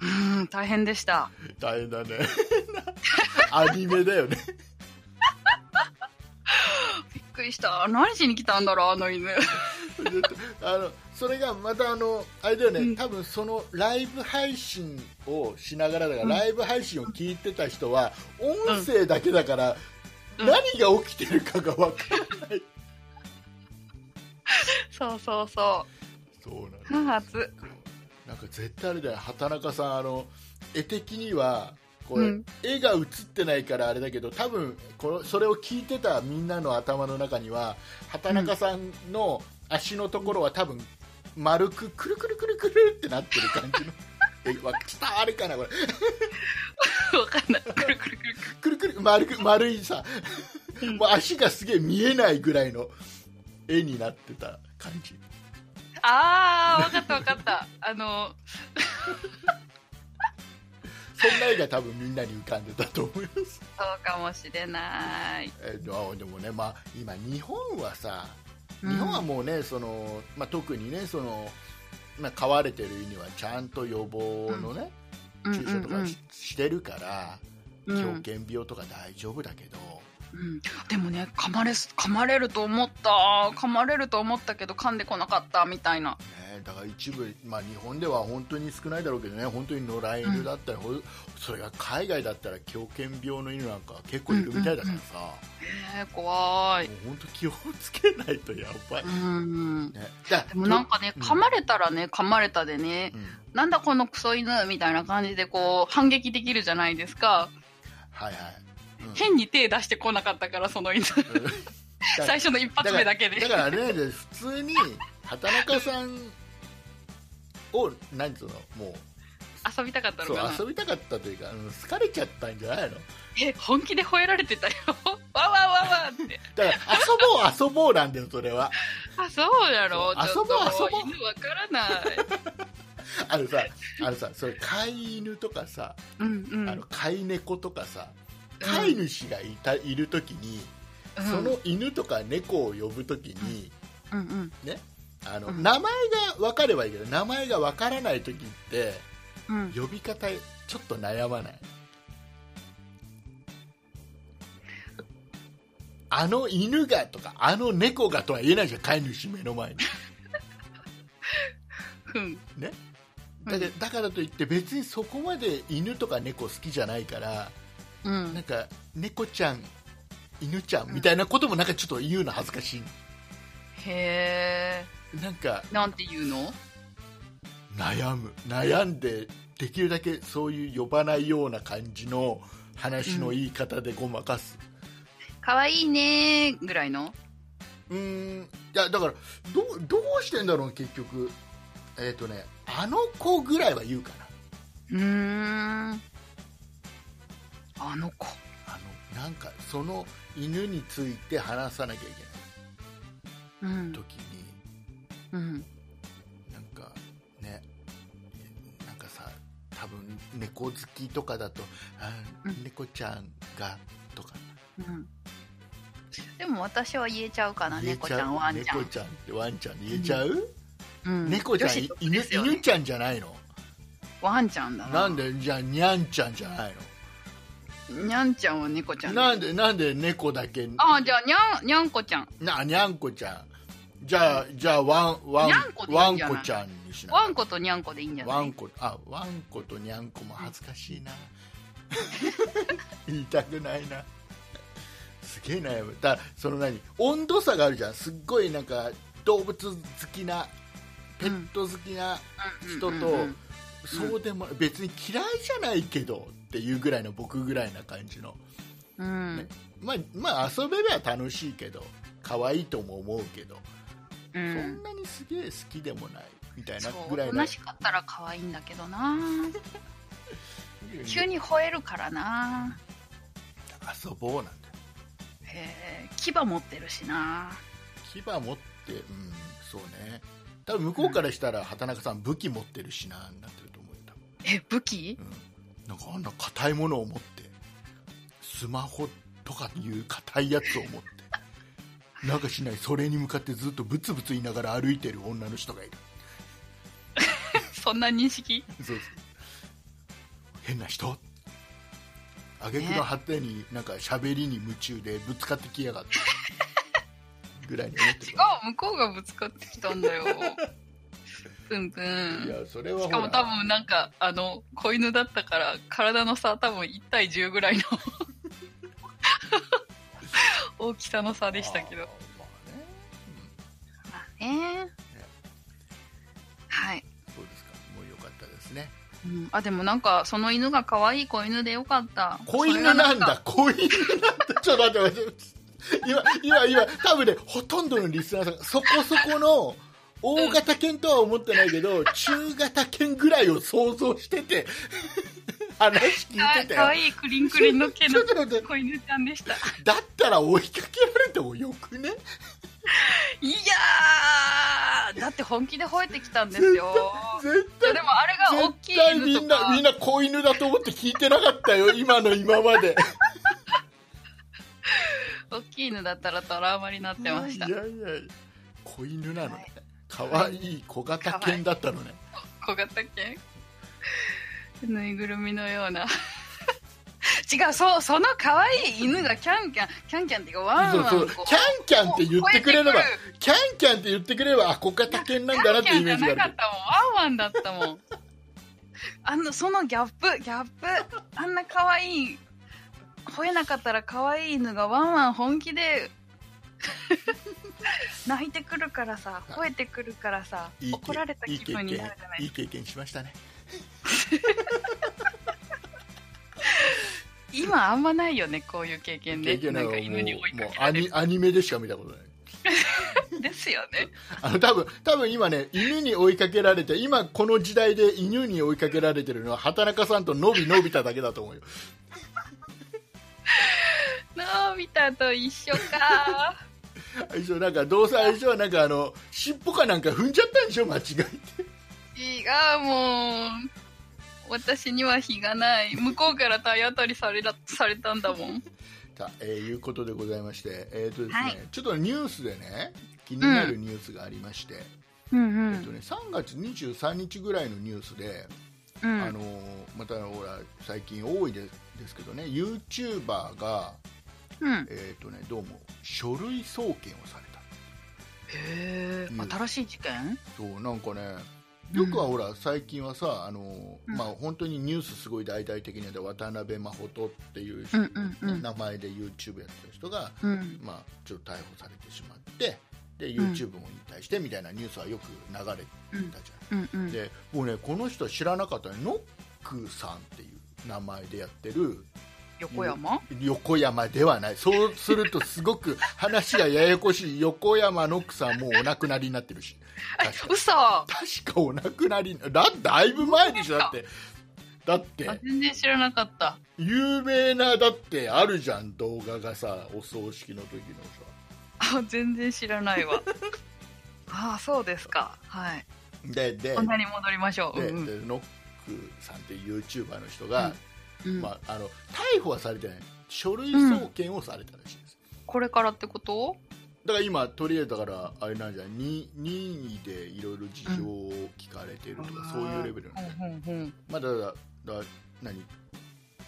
Speaker 1: ーん、大変でした。
Speaker 2: 大変だね アニメだよね
Speaker 1: びっくりした。何しに来たんだろう、あの犬。
Speaker 2: あのそれがまたあのあれだよね、
Speaker 1: うん
Speaker 2: 多分そのライブ配信をしながらだから、
Speaker 1: うん
Speaker 2: ライブ配信を聞いてた人は音声だけだから、
Speaker 1: うん
Speaker 2: 何が起きてるかが分かる、
Speaker 1: そうそうそ
Speaker 2: そうなんだ
Speaker 1: う。不発。
Speaker 2: なんか絶対あれだよ畑中さんあの絵的にはこれ、
Speaker 1: うん
Speaker 2: 絵が映ってないからあれだけど多分このそれを聞いてたみんなの頭の中には畑中さんの足のところは多分丸くくるくるくるくるってなってる感じのえわちょっとあれかなこれ
Speaker 1: わかんない。くるくるくるくる。
Speaker 2: くるくる丸く丸いさ
Speaker 1: うん
Speaker 2: もう足がすげえ見えないぐらいの絵になってた感じ
Speaker 1: あー、わかったわかった。あの、
Speaker 2: そんな絵が多分みんなに浮かんでたと思います
Speaker 1: そうかもしれない。
Speaker 2: えーとでもね、まあ、今、日本はさ、
Speaker 1: うん
Speaker 2: 日本はもうね、そのまあ、特にねその、まあ、飼われてる犬はちゃんと予防のね、
Speaker 1: うん
Speaker 2: 注射と
Speaker 1: う
Speaker 2: か
Speaker 1: ん
Speaker 2: し,、てるから、
Speaker 1: うん
Speaker 2: 狂犬病とか大丈夫だけど、
Speaker 1: うん、でもね噛まれす噛まれると思った噛まれると思ったけど噛んでこなかったみたいな
Speaker 2: ね、だから一部、まあ、日本では本当に少ないだろうけどね、本当に野良犬だったり、ほそれが海外だったら狂犬病の犬なんか結構いるみたいだからさ、
Speaker 1: えー、怖い
Speaker 2: もう本当気をつけないとやばい。
Speaker 1: うん
Speaker 2: ね、だ
Speaker 1: でもなんかね
Speaker 2: うん
Speaker 1: 噛まれたらね噛まれたでね
Speaker 2: うん
Speaker 1: なんだこのクソ犬みたいな感じでこう反撃できるじゃないですか
Speaker 2: はいはいうん
Speaker 1: 変に手出してこなかったからその犬
Speaker 2: うんだから
Speaker 1: 最初の一発目だけで
Speaker 2: だからだからあれなんだよ普通に畑中さんを何つうのもう
Speaker 1: 遊びたかった
Speaker 2: そ
Speaker 1: の
Speaker 2: う
Speaker 1: かな
Speaker 2: 遊びたかったというか、うん疲れちゃったんじゃないの
Speaker 1: え本気で吠えられてたよわわわわって
Speaker 2: だから遊ぼう遊ぼうなんだよそれは
Speaker 1: あそうだろう
Speaker 2: そう
Speaker 1: ちょっと
Speaker 2: 遊ぼう遊ぼう
Speaker 1: 犬わからない
Speaker 2: あのさあのさそれ飼い犬とかさ、
Speaker 1: うんうん
Speaker 2: あの飼い猫とかさ
Speaker 1: うん
Speaker 2: 飼い主がいたいる時に、
Speaker 1: うん
Speaker 2: その犬とか猫を呼ぶ時に、
Speaker 1: うんうん
Speaker 2: あの
Speaker 1: うん
Speaker 2: 名前が分かればいいけど名前が分からない時って
Speaker 1: うん
Speaker 2: 呼び方ちょっと悩まないあの犬がとかあの猫がとは言えないじゃん飼い主目の前に
Speaker 1: うん
Speaker 2: だけどだからといって別にそこまで犬とか猫好きじゃないから
Speaker 1: う
Speaker 2: なん
Speaker 1: ん
Speaker 2: か猫ちゃん犬ちゃんみたいなこともなんかちょっと言うの恥ずかしい
Speaker 1: へえ
Speaker 2: なんか
Speaker 1: なんて言うの
Speaker 2: 悩む悩んでできるだけそういう呼ばないような感じの話の言い方でごまかす
Speaker 1: 可愛いねーぐらいの
Speaker 2: うーんいやだからどうどうしてんだろう結局えっ、とねあの子ぐらいは言うかな
Speaker 1: うーんあの子
Speaker 2: あのなんかその犬について話さなきゃい
Speaker 1: うん
Speaker 2: けない時に
Speaker 1: うん
Speaker 2: なんかねなんかさ多分猫好きとかだとあ
Speaker 1: うん
Speaker 2: 猫ちゃんがとか
Speaker 1: うんでも私は言えちゃうかな猫ちゃんワンちゃ
Speaker 2: 猫
Speaker 1: ん
Speaker 2: ちゃんってワンちゃんって言えちゃう、
Speaker 1: うん
Speaker 2: 猫ちゃん、
Speaker 1: 女子得
Speaker 2: 犬
Speaker 1: ですよね
Speaker 2: 犬ちゃんじゃないの
Speaker 1: ワンちゃんだな
Speaker 2: なんでじゃあにゃんちゃんじゃない
Speaker 1: にゃんちゃんは猫ちゃ
Speaker 2: の
Speaker 1: ん
Speaker 2: なんでなんで猫だけ
Speaker 1: ああじゃあにゃんにゃんこちゃん
Speaker 2: なにゃんこちゃんじゃあじゃあワンワン
Speaker 1: にゃんこでい
Speaker 2: ワ
Speaker 1: い
Speaker 2: ン
Speaker 1: んじゃない
Speaker 2: コちゃんにしない
Speaker 1: ワンコとにゃんこでいいんじゃ
Speaker 2: ワ
Speaker 1: な
Speaker 2: ン
Speaker 1: い
Speaker 2: コあワンコとにゃんこも恥ず かしいな言いたくないなすげえ悩むだその何温度差があるじゃんすっごいなんか動物好きなペット好きな人と、
Speaker 1: うんうんうん
Speaker 2: そうでもない別に嫌いじゃないけどっていうぐらいの僕ぐらいな感じの
Speaker 1: うん
Speaker 2: ねまあまあ遊べば楽しいけど可愛いとも思うけど、
Speaker 1: う
Speaker 2: そ
Speaker 1: ん
Speaker 2: んなにすげえ好きでもないみたいな
Speaker 1: そう
Speaker 2: ぐら
Speaker 1: お
Speaker 2: い
Speaker 1: と
Speaker 2: の
Speaker 1: なしかったら可愛いんだけどな急に吠えるからな
Speaker 2: 遊ぼうなんだよ
Speaker 1: へえ牙持ってるしな
Speaker 2: 牙持ってうんそうね多分向こうからしたら畑中さん武器持ってるしなになってると思うよ多分
Speaker 1: え武器
Speaker 2: なんかあんな硬いものを持ってスマホとかいう硬いやつを持ってなんかしないそれに向かってずっとブツブツ言いながら歩いてる女の人がいる
Speaker 1: そんな認識
Speaker 2: そうそう変な人挙句の果てになんか喋りに夢中でぶつかってきやがってぐらいに思ってる
Speaker 1: あ向こうがぶつかってきたん だよプンプ
Speaker 2: い
Speaker 1: ン
Speaker 2: やそれはほ
Speaker 1: し
Speaker 2: ら
Speaker 1: かも多分なんかあの子犬だったから体の差多分1対10ぐらいの 大きさの差でしたけ
Speaker 2: あ
Speaker 1: ど
Speaker 2: ーまあね
Speaker 1: まあねはい、
Speaker 2: うんそうですかもう良かったですね
Speaker 1: うん、あでもなんかその犬が可愛い子犬でよかった
Speaker 2: 子犬
Speaker 1: それが
Speaker 2: なんだ子犬なんだちょっと待って待って今今今多分ねほとんどのリスナーさんがそこそこの大型犬とは思ってないけど中型犬ぐらいを想像してて話聞いてた
Speaker 1: か
Speaker 2: よ
Speaker 1: 可愛いクリンクリンの毛
Speaker 2: ち
Speaker 1: の
Speaker 2: ょっと待って
Speaker 1: 子犬ちゃんで した
Speaker 2: だったら追いかけられてもよくね
Speaker 1: いやーだって本気で吠えてきたんですよ
Speaker 2: 絶
Speaker 1: いや
Speaker 2: 対
Speaker 1: でもあれが大きい
Speaker 2: 絶対み
Speaker 1: 犬
Speaker 2: ん
Speaker 1: と
Speaker 2: な
Speaker 1: か
Speaker 2: みんな子犬だと思って聞いてなかっ たよ今の今まで
Speaker 1: 大きい犬だったらトラウマになってました
Speaker 2: いやいや子犬なのね可愛い小型犬だったのね
Speaker 1: 小型犬 ぬいぐるみのような 違うそうその可愛い犬がキャンキャンキャンキャンっていうかワン
Speaker 2: そう
Speaker 1: ワン
Speaker 2: そう
Speaker 1: こう
Speaker 2: キャンキャンって言ってくれれば
Speaker 1: こう
Speaker 2: キャンキャンって言ってくれればあ小型犬なんだなっていうイメージ
Speaker 1: キャンキャンじゃなかっ
Speaker 2: がある
Speaker 1: たもんワンワンだったもんあのそのギャップギャップあんな可愛い吠えなかったら可愛い犬がワンワン本気で 泣いてくるからさ吠えてくるからさ
Speaker 2: いいけ
Speaker 1: 怒られた気分になるじゃない
Speaker 2: い
Speaker 1: で
Speaker 2: い経験いい経験しましたね
Speaker 1: すか今あんまないよねこういう経験で
Speaker 2: 経験
Speaker 1: な
Speaker 2: なん
Speaker 1: ん
Speaker 2: か
Speaker 1: か
Speaker 2: も
Speaker 1: 犬に追いう
Speaker 2: も
Speaker 1: か
Speaker 2: う
Speaker 1: け
Speaker 2: ア
Speaker 1: られ
Speaker 2: ニ
Speaker 1: る
Speaker 2: アニメでしか見たことない
Speaker 1: ですよね
Speaker 2: あの多分多分今ね犬に追いかけられて今この時代で犬に追いかけられてるのは畑中さんとのびのびただけだと思うよ
Speaker 1: のび太と一緒か
Speaker 2: 相性なんかどうせ相性はなんかあの尻尾かなんか踏んじゃったんでしょ間違えて
Speaker 1: 違うもん私には日がない向こうから体当たりされらされたんだもん
Speaker 2: さあ、えーいうことでございましてえっ、とですね、
Speaker 1: はい
Speaker 2: ちょっとニュースでね気になるニュースがありまして、
Speaker 1: うんう
Speaker 2: えっとね、3月23日ぐらいのニュースで、
Speaker 1: う
Speaker 2: あのーまたほら最近多いでですけどね YouTuber が、
Speaker 1: うん、
Speaker 2: えーとね、どうも書類送検をされた
Speaker 1: へえ
Speaker 2: うん
Speaker 1: 新しい事件
Speaker 2: そうなんかねよくは
Speaker 1: うん
Speaker 2: ほら、最近はさあの、
Speaker 1: うん
Speaker 2: まあ、本当にニュースすごい大々的にやって渡辺真琴っていう,、
Speaker 1: うんうんうん
Speaker 2: 名前で YouTube やってる人が、
Speaker 1: うん
Speaker 2: まあ、ちょっと逮捕されてしまってで YouTube も引退してみたいなニュースはよく流れてたじ
Speaker 1: うんう
Speaker 2: ゃん、
Speaker 1: ん
Speaker 2: で僕ねこの人は知らなかったねノックさんっていう名前でやってる
Speaker 1: 横山
Speaker 2: 横山ではないそうするとすごく話がややこしい横山ノックさんもうお亡くなりになってる し確か
Speaker 1: 嘘
Speaker 2: 確かお亡くなりだだいぶ前でしょだってだって
Speaker 1: あ全然知らなかった
Speaker 2: 有名なだってあるじゃん動画がさお葬式の時のさ
Speaker 1: あ全然知らないわああそうですかはい
Speaker 2: でで
Speaker 1: こんなに戻りましょう、
Speaker 2: で
Speaker 1: うん
Speaker 2: でノックさんっていう YouTuber の人が、
Speaker 1: うん
Speaker 2: まあ、あの逮捕はされてない書類送検をされたらしいです、
Speaker 1: これからってこと
Speaker 2: だから今とりあえずだからあれなんじゃないに任意でいろいろ事情を聞かれてるとか、そういうレベルなんだよ、
Speaker 1: うんうんうん
Speaker 2: まあ、だからだから何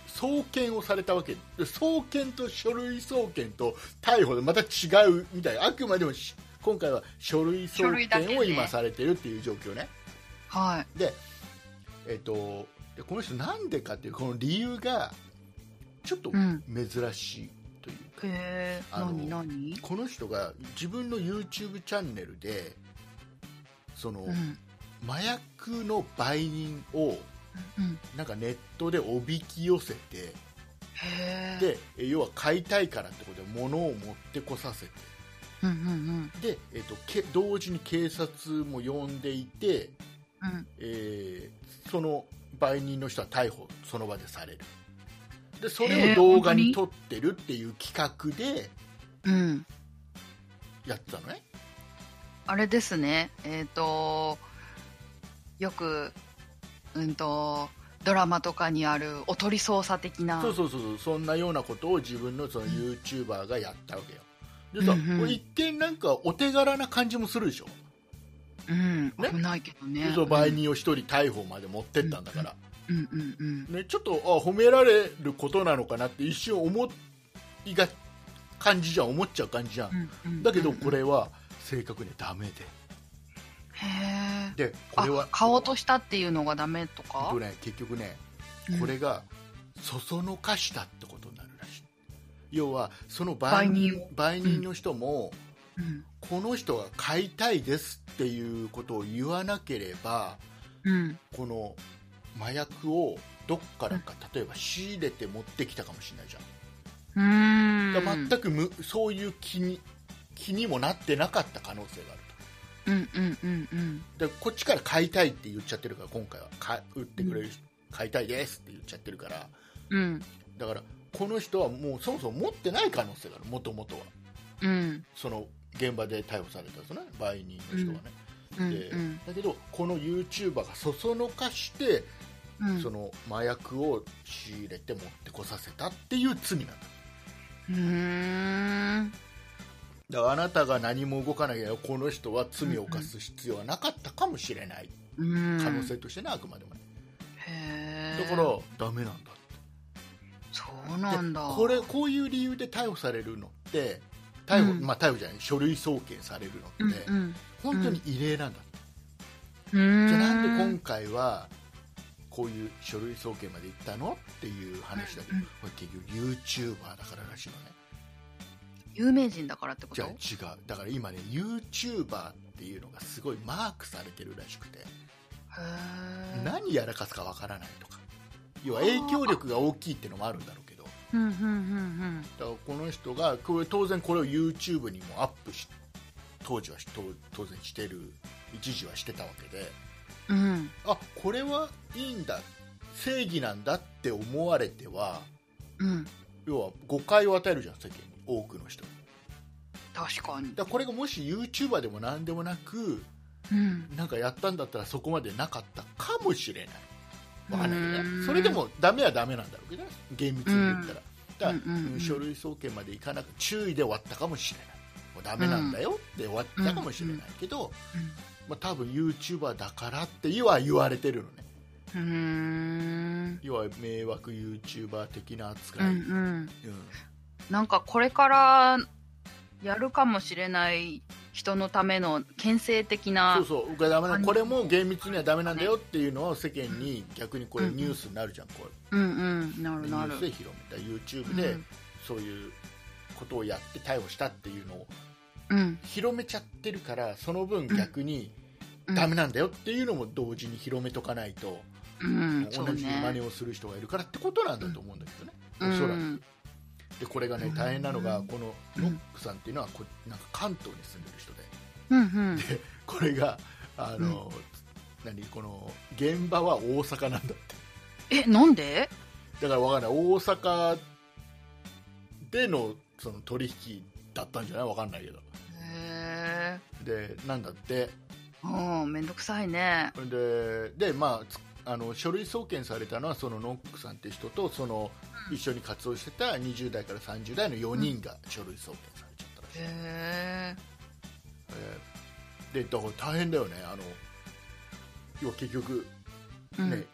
Speaker 2: 送検をされたわけで送検と書類送検と逮捕でまた違うみたいあくまでもし今回は書類送
Speaker 1: 書類だ
Speaker 2: 検を
Speaker 1: けね
Speaker 2: 今されてるっていう状況ね
Speaker 1: はい
Speaker 2: で,、えっとでこの人なんでかっていうこの理由がちょっと
Speaker 1: うん
Speaker 2: 珍しいというか、
Speaker 1: へえ
Speaker 2: あの
Speaker 1: 何何
Speaker 2: この人が自分の YouTube チャンネルでその、
Speaker 1: うん
Speaker 2: 麻薬の売人
Speaker 1: う
Speaker 2: を
Speaker 1: ん
Speaker 2: なんかネットでおびき寄せて
Speaker 1: へえ
Speaker 2: でえ要は買いたいからってことで物を持ってこさせて
Speaker 1: うんうんうん
Speaker 2: で、えっとけ同時に警察も呼んでいて、
Speaker 1: うん
Speaker 2: えーその売人の人は逮捕その場でされるでそ
Speaker 1: え
Speaker 2: れを
Speaker 1: ー
Speaker 2: 動画に撮ってるっていう企画で
Speaker 1: うん
Speaker 2: やってたのね、
Speaker 1: あれですね、えっ、と、よく、うんと、ドラマとかにあるおとり捜査的な。
Speaker 2: そうそうそうそうそんなようなことを自分のその YouTuber がやったわけよでさ、
Speaker 1: うんうん
Speaker 2: これ一見なんかお手柄な感じもするでしょ、
Speaker 1: うん、危ないけどね。
Speaker 2: でその売人を一人逮捕まで持ってったんだから、
Speaker 1: うんうんうん。
Speaker 2: ね、ちょっとあ褒められることなのかなって一瞬思いが感じじゃん思っちゃう感じじゃん、
Speaker 1: うんうん
Speaker 2: だけど
Speaker 1: うん
Speaker 2: これは正確にダメ
Speaker 1: へえ。
Speaker 2: ででこれ
Speaker 1: あ
Speaker 2: は、
Speaker 1: 顔としたっていうのがダメとか
Speaker 2: と、ね、結局ね
Speaker 1: うん
Speaker 2: これがそそのかしたってことになるらしい要はその
Speaker 1: 売
Speaker 2: 売
Speaker 1: 人
Speaker 2: 人
Speaker 1: を
Speaker 2: 売人の人も、
Speaker 1: うん
Speaker 2: この人が買いたいですっていうことを言わなければ
Speaker 1: うん。
Speaker 2: この麻薬をどっからか例えば仕入れて持ってきたかもしれないじゃん
Speaker 1: うー
Speaker 2: だ
Speaker 1: ん。
Speaker 2: から全くむそういう気に気にもなってなかった可能性がある
Speaker 1: うんうんうんうん。
Speaker 2: とでこっちから買いたいって言っちゃってるから今回は買売ってくれる人、買いたいですって言っちゃってるから
Speaker 1: うん
Speaker 2: だからこの人はもうそもそも持ってない可能性があるもともとは
Speaker 1: うん
Speaker 2: その現場で逮捕されたんですよね売人の人がね、
Speaker 1: うんうん
Speaker 2: でだけどこの YouTuber がそそのかして、
Speaker 1: うん
Speaker 2: その麻薬を仕入れて持ってこさせたっていう罪なんだ
Speaker 1: うーん
Speaker 2: だからあなたが何も動かなければこの人は罪を犯す必要はなかったかもしれない
Speaker 1: うん
Speaker 2: 可能性としてね、あくまでもね
Speaker 1: へ
Speaker 2: だ
Speaker 1: え
Speaker 2: からダメなんだ
Speaker 1: そうなんだ
Speaker 2: でこれこういう理由で逮捕されるのって逮捕、
Speaker 1: うん
Speaker 2: まあ逮捕じゃない書類送検されるのって、
Speaker 1: うんうん
Speaker 2: 本当に異例なんだ、
Speaker 1: うーん
Speaker 2: じゃあなんで今回はこういう書類送検まで行ったのっていう話だけど、
Speaker 1: うん
Speaker 2: これ結局 YouTuber だかららしいのね
Speaker 1: 有名人だからってこ
Speaker 2: じ
Speaker 1: と
Speaker 2: ゃあ違うだから今ね YouTuber っていうのがすごいマークされてるらしくて、
Speaker 1: へー
Speaker 2: 何やらかすかわからないとか要は影響力が大きいってのもあるんだろうけどだか
Speaker 1: うんうんうん
Speaker 2: らこの人がこれ当然これを YouTube にもアップし当時はし当当然してる一時はしてたわけで
Speaker 1: うんうん
Speaker 2: あこれはいいんだ正義なんだって思われては
Speaker 1: うん
Speaker 2: 要は誤解を与えるじゃん世間に多くの人に
Speaker 1: 確かに
Speaker 2: だからこれがもし YouTuber でも何でもなく
Speaker 1: うん
Speaker 2: なんかやったんだったらそこまでなかったかもしれないわかんないけど
Speaker 1: うー
Speaker 2: ね
Speaker 1: ん
Speaker 2: それでもダメはダメなんだろうけどね厳密に言ったら、だから、
Speaker 1: うんうんうん
Speaker 2: 書類送検までいかなく注意で終わったかもしれないもうダメなんだよって終わったかもしれないけど、まあ、多分 YouTuber だからっていうは言われてるのね
Speaker 1: うんうん
Speaker 2: 要は迷惑 YouTuber 的な扱
Speaker 1: う
Speaker 2: い、
Speaker 1: ん
Speaker 2: うん
Speaker 1: うんなんかこれからやるかもしれない人のための牽制的な
Speaker 2: そうそうこれダメなんこれも厳密にはダメなんだよっていうのを世間に逆にこれニュースになるじゃん、こう
Speaker 1: うんうんなる
Speaker 2: ニ
Speaker 1: な
Speaker 2: ュ
Speaker 1: る
Speaker 2: ースで広めた YouTube で
Speaker 1: うん
Speaker 2: そういうことをやって逮捕したっていうのを
Speaker 1: うん
Speaker 2: 広めちゃってるからその分逆にダメなんだよっていうのも同時に広めとかないと、
Speaker 1: うんそ
Speaker 2: 同
Speaker 1: う
Speaker 2: じ真似
Speaker 1: ね
Speaker 2: をする人がいるからってことなんだと思うんだけどね、
Speaker 1: う
Speaker 2: おそらく
Speaker 1: ん
Speaker 2: でこれが
Speaker 1: う
Speaker 2: ね
Speaker 1: ん
Speaker 2: 大変なのがこの
Speaker 1: うん
Speaker 2: ノックさんっていうのはこなんか関東に住んでる人で
Speaker 1: うんうん
Speaker 2: これがあの、何この現場は大阪なんだって
Speaker 1: えなんで
Speaker 2: だからわかんない大阪でのその取引だったんじゃないわかんないけど
Speaker 1: へえ
Speaker 2: でなんだって
Speaker 1: うんめんどくさいね
Speaker 2: でで、まあつ、あの書類送検されたのはそのノックさんって人とその一緒に活動してた20代から30代の4人が書類送検されちゃったらしい、
Speaker 1: へえ
Speaker 2: えーでだから大変だよねあの要は結局、
Speaker 1: う
Speaker 2: ね
Speaker 1: ん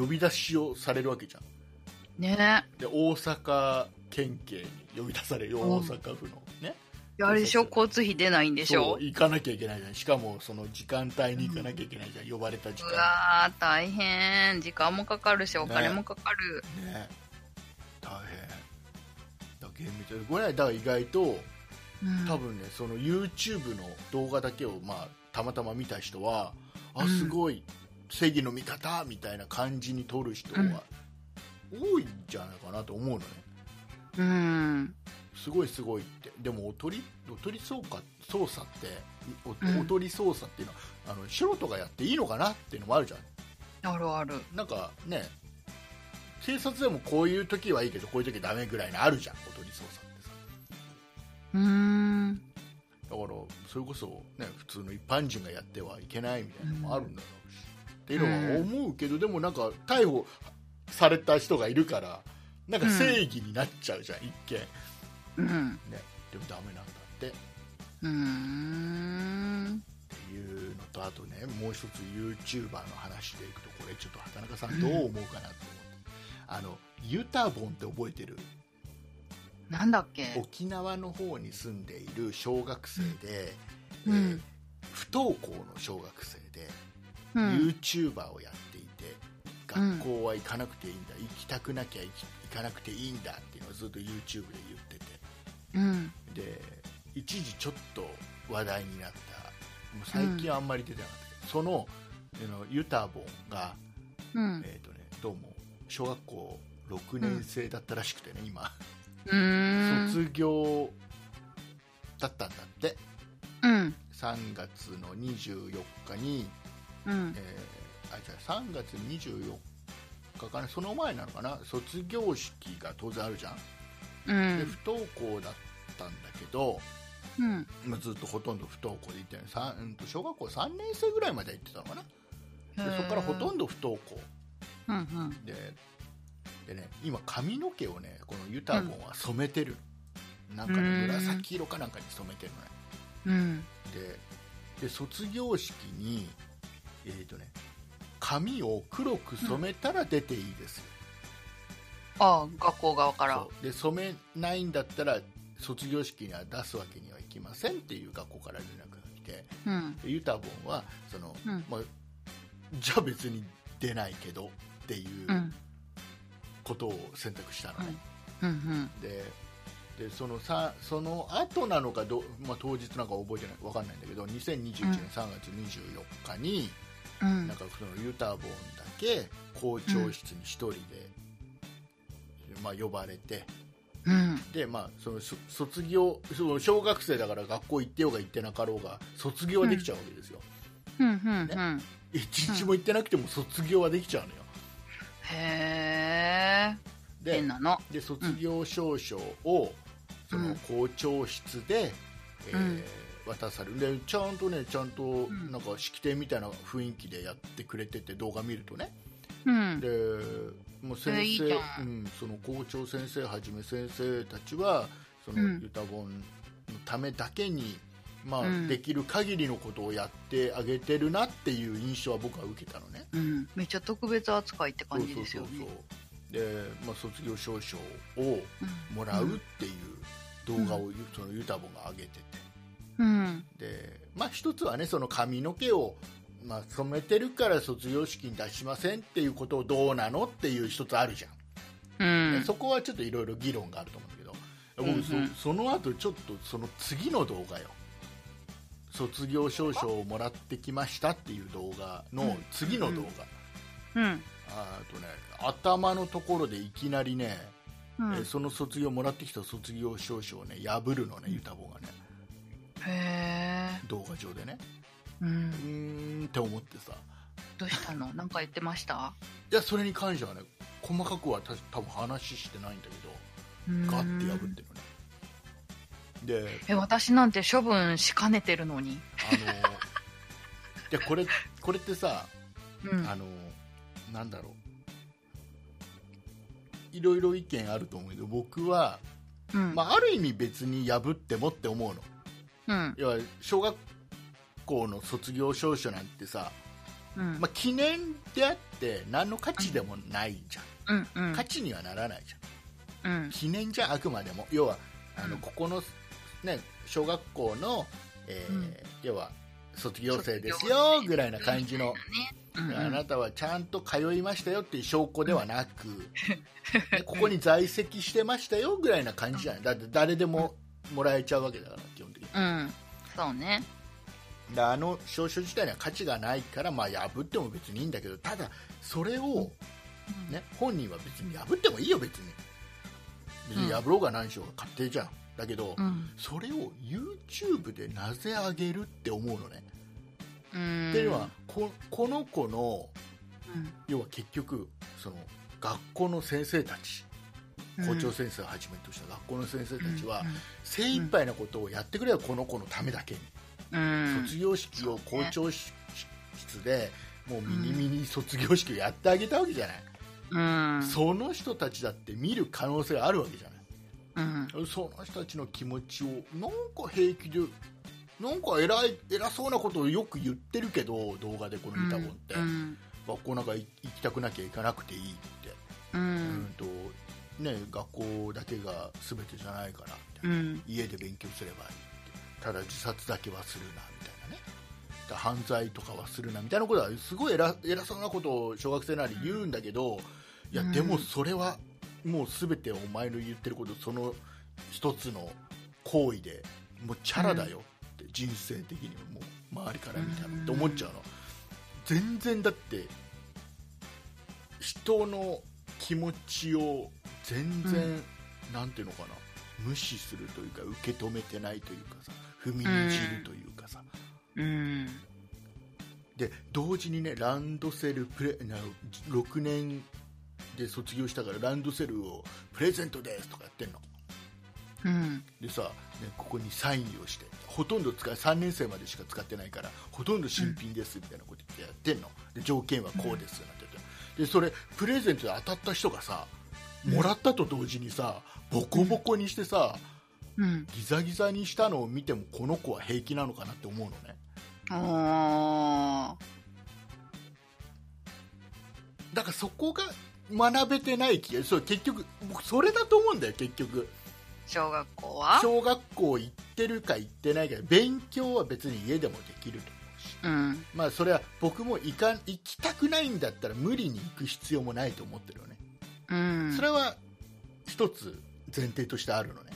Speaker 2: 呼び出しをされるわけじゃん
Speaker 1: ね
Speaker 2: で大阪県警に呼び出される
Speaker 1: うん
Speaker 2: 大阪府のね、
Speaker 1: あれでしょ交通費出ないんでし
Speaker 2: そ
Speaker 1: ょ
Speaker 2: う行かなきゃいけないじゃんしかもその時間帯に行かなきゃいけないじゃん、呼ばれた時
Speaker 1: う
Speaker 2: 間
Speaker 1: わー大変時間もかかるしお金もかかる、
Speaker 2: ね大変だゲームとこれはだから意外と
Speaker 1: うん
Speaker 2: 多分ねその YouTube の動画だけを、まあ、たまたま見た人は
Speaker 1: う
Speaker 2: あ
Speaker 1: ん
Speaker 2: すごい、正義の味方みたいな感じに撮る人は多いんじゃないかなと思うのね
Speaker 1: うん
Speaker 2: すごいすごいってでもおとりおとり捜査捜査ってお
Speaker 1: うん
Speaker 2: おとり捜査っていうのはあの素人がやっていいのかなっていうのもあるじゃん
Speaker 1: あるある
Speaker 2: なんかね警察でもこういう時はいいけどこういう時はダメぐらいのあるじゃんおとり捜査ってさ
Speaker 1: うーん
Speaker 2: だからそれこそ、ね、普通の一般人がやってはいけないみたいなのもあるんだろうし、っていうのは思うけどでもなんか逮捕された人がいるからなんか正義になっちゃうじゃん、一見ね
Speaker 1: うん
Speaker 2: でもダメなんだってっ
Speaker 1: うーん
Speaker 2: ていうのとあとねもう一つ YouTuber の話でいくとこれちょっと畑中さんどう思うかなと思って、あのユタボンって覚えてる
Speaker 1: なんだっけ
Speaker 2: 沖縄の方に住んでいる小学生で、
Speaker 1: うん
Speaker 2: えー
Speaker 1: うん
Speaker 2: 不登校の小学生で、
Speaker 1: うん
Speaker 2: YouTuber をやっていて
Speaker 1: うん
Speaker 2: 学校は行かなくていいんだ、行きたくなきゃ行き行かなくていいんだっていうのをずっと YouTube で言っ
Speaker 1: うん
Speaker 2: ててで一時ちょっと話題になったもう最近はあんまり出てなかったけど、そのあのユタボンが、
Speaker 1: うん
Speaker 2: えーとね、どうも小学校6年生だったらしくてね、今
Speaker 1: うーん
Speaker 2: 卒業だったんだって
Speaker 1: うん
Speaker 2: 3月の24日に、
Speaker 1: うん
Speaker 2: えーあじゃあ3月24日かなその前なのかな卒業式が当然あるじゃん、
Speaker 1: う
Speaker 2: で
Speaker 1: ん
Speaker 2: 不登校だったんだけど
Speaker 1: うん
Speaker 2: まあずっとほとんど不登校で行ってないさんうんと小学校3年生ぐらいまで行ってたのかなでそこからほとんど不登校
Speaker 1: うんうん
Speaker 2: ででね今髪の毛をねこのユタボンは染めてる、なんか
Speaker 1: うん
Speaker 2: ね紫色かなんかに染めてるのね
Speaker 1: うん
Speaker 2: でで卒業式にえっ、とね髪を黒く染めたら出ていいですよ、
Speaker 1: ああ学校側から
Speaker 2: そうで染めないんだったら卒業式には出すわけにはいきませんっていう学校から連絡が来て
Speaker 1: うん
Speaker 2: でユタボンはその、
Speaker 1: うん
Speaker 2: まあ、じゃあ別に出ないけどっていう
Speaker 1: う
Speaker 2: うんことを選択したのね、
Speaker 1: うんうん
Speaker 2: ででそのさその後なのかど、まあ、当日なんか覚えてないわかんないんだけど2021年3月24日に、
Speaker 1: うん
Speaker 2: なんかそのユタボンだけ校長室に一人で、まあ、呼ばれて
Speaker 1: うん
Speaker 2: で、まあ、そのそ卒業その小学生だから学校行ってようが行ってなかろうが卒業はできちゃうわけですよ、
Speaker 1: うんうんうん
Speaker 2: 一日も行ってなくても卒業はできちゃうのよ
Speaker 1: へえ
Speaker 2: で
Speaker 1: 変なの
Speaker 2: で卒業証書をその校長室で、えー
Speaker 1: うん
Speaker 2: 渡されるでちゃんとねちゃんと
Speaker 1: ん
Speaker 2: なんか式典みたいな雰囲気でやってくれてて動画見るとね
Speaker 1: うん
Speaker 2: でもう先
Speaker 1: えいい
Speaker 2: 生
Speaker 1: じゃ
Speaker 2: うんん、その校長先生はじめ先生たちはその
Speaker 1: うん
Speaker 2: ユタボンのためだけに、まあ
Speaker 1: うん
Speaker 2: できる限りのことをやってあげてるなっていう印象は僕は受けたのね。
Speaker 1: うんめっちゃ特別扱いって感じですよ
Speaker 2: そう
Speaker 1: ね
Speaker 2: そうそうで、まあ、卒業証書を
Speaker 1: うん
Speaker 2: もらうっていう動画を、そのユタボンが上げて
Speaker 1: うん
Speaker 2: てで、まあ、一つはねその髪の毛を、まあ、染めてるから卒業式に出しませんっていうことをどうなのっていう一つあるじゃん。
Speaker 1: うん
Speaker 2: そこはちょょっといろいろ議論があると思うんだけど
Speaker 1: うんう
Speaker 2: 僕
Speaker 1: ん
Speaker 2: そその後ちょっとその次の動画よ卒業証書をもらってきましたっていう動画の次の動画、
Speaker 1: うん。
Speaker 2: あーとね、頭のところでいきなりね、
Speaker 1: うん
Speaker 2: えーその卒業もらってきた卒業証書をね破るのねゆたぼうがね
Speaker 1: へえ。
Speaker 2: 動画上でね
Speaker 1: う
Speaker 2: うー
Speaker 1: ん。
Speaker 2: んって思ってさ
Speaker 1: どうした のなんか言ってました
Speaker 2: いやそれに関してはね細かくはた多分話してないんだけどガッて破ってるのねで
Speaker 1: え、私なんて処分しかねてるのに。
Speaker 2: あのいやこれこれってさ
Speaker 1: うん。
Speaker 2: あのなんだろういろいろ意見あると思うけど僕は、
Speaker 1: うん。
Speaker 2: まあ、ある意味別に破ってもって思うの
Speaker 1: うん。
Speaker 2: 要は小学校の卒業証書なんてさ、
Speaker 1: うん。
Speaker 2: まあ、記念であって何の価値でもないじゃん、
Speaker 1: うん。うん
Speaker 2: 価値にはならないじゃん
Speaker 1: うん。
Speaker 2: 記念じゃんあくまでも要はあの、
Speaker 1: うん
Speaker 2: ここの、ね、小学校の、えー
Speaker 1: うん
Speaker 2: 要は卒業生です
Speaker 1: 卒業
Speaker 2: よ
Speaker 1: 生
Speaker 2: ぐらいな感じ
Speaker 1: う
Speaker 2: の、
Speaker 1: ん
Speaker 2: あなたはちゃんと通いましたよっていう証拠ではなく、 ねここに在籍してましたよぐらいな感じじゃないだって誰でももらえちゃうわけだから基本的に。
Speaker 1: うん。そうね。
Speaker 2: であの証書自体には価値がないから、まあ、破っても別にいいんだけどただ、それを、
Speaker 1: うん。
Speaker 2: ね、本人は別に破ってもいいよ、別に別に
Speaker 1: うん
Speaker 2: 破ろうが何しようが勝手じゃんだけど、
Speaker 1: うん。
Speaker 2: それを YouTube でなぜあげるって思うのね。
Speaker 1: うん。
Speaker 2: っていうのはここの子の
Speaker 1: うん、
Speaker 2: 要は結局その学校の先生たち校長先生をはじめとした学校の先生たちは、精一杯なことをやってくれよ、この子のためだけに。
Speaker 1: うん、
Speaker 2: 卒業式を校長室でもうミニミニ卒業式をやってあげたわけじゃない、
Speaker 1: うん、
Speaker 2: その人たちだって見る可能性があるわけじゃない
Speaker 1: うん、
Speaker 2: その人たちの気持ちをなんか平気でなんか偉い偉そうなことをよく言ってるけど動画でこの見たもんって、
Speaker 1: うん、
Speaker 2: 学校なんか行きたくなきゃ行かなくていいって、
Speaker 1: う
Speaker 2: うん
Speaker 1: ん、
Speaker 2: とね、学校だけが全てじゃないからみたいな
Speaker 1: うん、
Speaker 2: 家で勉強すればいいってただ自殺だけはするなみたいなねだから犯罪とかはするなみたいなことはすごい偉偉そうなことを小学生なりに言うんだけど、いや
Speaker 1: うん
Speaker 2: でもそれはもう全てお前の言ってることその一つの行為でもうチャラだよって、人生的にももう周りから見たらって思っちゃうの、全然だって人の気持ちを全然、
Speaker 1: う
Speaker 2: なんていうのかな無視するというか受け止めてないというかさ踏みにじるというかさ、
Speaker 1: うん、
Speaker 2: で同時にねランドセルプレな6年で卒業したからランドセルをプレゼントですとかやってんの
Speaker 1: うん、
Speaker 2: でさ、ね、ここにサインをしてほとんど使い3年生までしか使ってないからほとんど新品ですみたいなこと言ってやってんので条件はこうですなんて言ってでそれプレゼントで当たった人がさもらったと同時にさボコボコにしてさ
Speaker 1: うん、
Speaker 2: ギザギザにしたのを見てもこの子は平気なのかなって思うのね
Speaker 1: おー、
Speaker 2: だからそこが学べてない気がそう結局僕それだと思うんだよ結局
Speaker 1: 小学校は
Speaker 2: 小学校行ってるか行ってないか勉強は別に家でもできると思うし
Speaker 1: うん、
Speaker 2: まあそれは僕も行かん行きたくないんだったら無理に行く必要もないと思ってるよね、
Speaker 1: うん、
Speaker 2: それは一つ前提としてあるのね、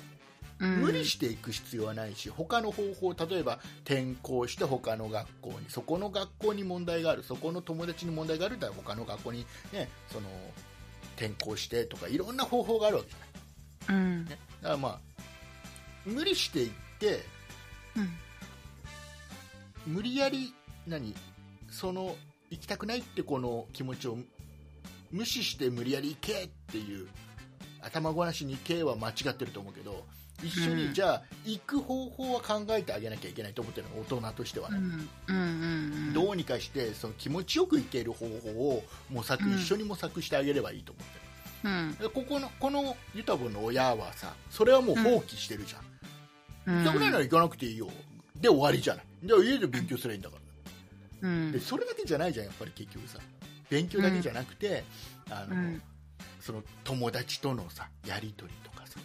Speaker 1: うん、
Speaker 2: 無理していく必要はないし他の方法例えば転校して他の学校にそこの学校に問題があるそこの友達に問題があるんだったら他の学校に、ね、その転校してとかいろんな方法があるわけじゃない
Speaker 1: うん、
Speaker 2: だからまあ無理していって
Speaker 1: うん、
Speaker 2: 無理やり何その行きたくないってこの気持ちを無視して無理やり行けっていう頭ごなしに行けは間違ってると思うけど一緒
Speaker 1: う
Speaker 2: に
Speaker 1: ん
Speaker 2: じゃあ行く方法は考えてあげなきゃいけないと思ってるの大人としては
Speaker 1: う
Speaker 2: ね、
Speaker 1: ん、うん、
Speaker 2: どうにかしてその気持ちよく行ける方法を模索、
Speaker 1: うん
Speaker 2: 一緒に模索してあげればいいと思ってる
Speaker 1: うん、
Speaker 2: でここのこのユタボの親はさそれはもう放棄してるじゃん、行きたくないなら行かなくていいよで終わりじゃないじゃあ家で勉強すればいいんだから
Speaker 1: うん
Speaker 2: で、それだけじゃないじゃんやっぱり結局さ勉強だけじゃなくて、あ
Speaker 1: う
Speaker 2: の
Speaker 1: ん、
Speaker 2: その友達とのさやり取りとかさ、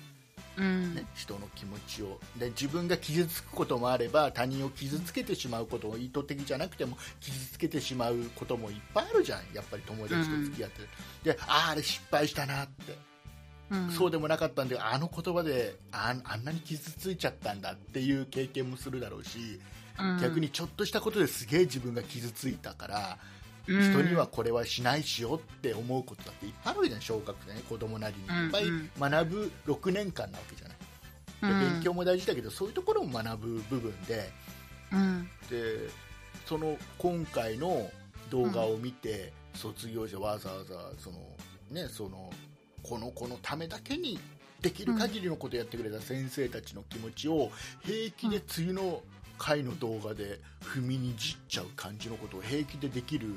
Speaker 1: うん
Speaker 2: ね、、人の気持ちをで自分が傷つくこともあれば他人を傷つけてしまうことを意図的じゃなくても傷つけてしまうこともいっぱいあるじゃんやっぱり友達と付き合って、であーあれ失敗したなって、
Speaker 1: うん、
Speaker 2: そうでもなかったんであの言葉でああんなに傷ついちゃったんだっていう経験もするだろうし、
Speaker 1: うん
Speaker 2: 逆にちょっとしたことですげえ自分が傷ついたか
Speaker 1: う
Speaker 2: ら、
Speaker 1: ん
Speaker 2: 人にはこれはしないしよって思うことだっていっぱいあるわけじゃない小学生ね子供なりに
Speaker 1: うん
Speaker 2: いっぱい学ぶ6年間なわけじゃない、で勉強も大事だけどそういうところも学ぶ部分で
Speaker 1: うん
Speaker 2: でその今回の動画を見て、卒業者わざわざその、ね、そのこの子のためだけにできる限りのことをやってくれた先生たちの気持ちを平気で次の回の動画で踏みにじっちゃう感じのことを平気でできる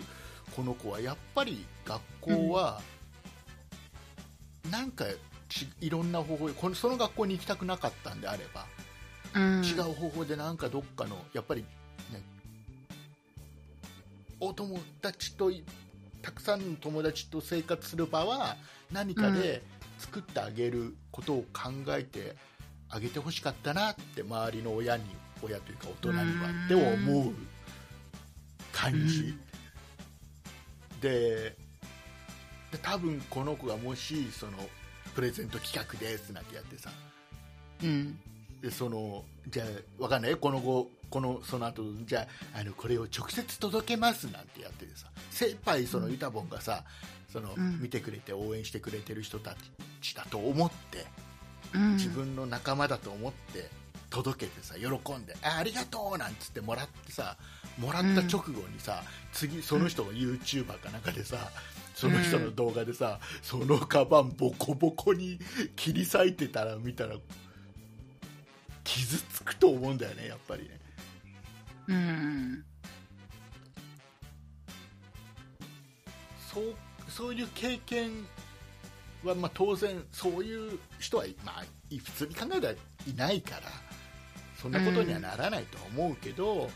Speaker 2: この子はやっぱり学校はなんかちいろんな方法でこのその学校に行きたくなかったんであれば
Speaker 1: うん
Speaker 2: 違う方法でなんかどっかのやっぱり、ね、お友達といたくさんの友達と生活する場は何かで作ってあげることを考えてあげてほしかったなって周りの親に親というか大人には
Speaker 1: うん
Speaker 2: って思う感じ、でで多分この子がもしそのプレゼント企画ですなんてやってさ
Speaker 1: うん
Speaker 2: でそのじゃあわかんないよこの後このその後じゃああのこれを直接届けますなんてやっててさ精一杯そのユタボンがさその、
Speaker 1: うん
Speaker 2: 見てくれて応援してくれてる人たちだと思って
Speaker 1: うん
Speaker 2: 自分の仲間だと思って届けてさ喜んであありがとうなんつってもらってさもらった直後にさ、次その人が YouTuber かなんかでさその人の動画でさ、そのカバンボコボコに切り裂いてたら見たら傷つくと思うんだよねやっぱりね
Speaker 1: うん
Speaker 2: そうそういう経験は、まあ、当然そういう人は、まあ、い普通に考えたらいないからそんなことにはならないとは思うけど、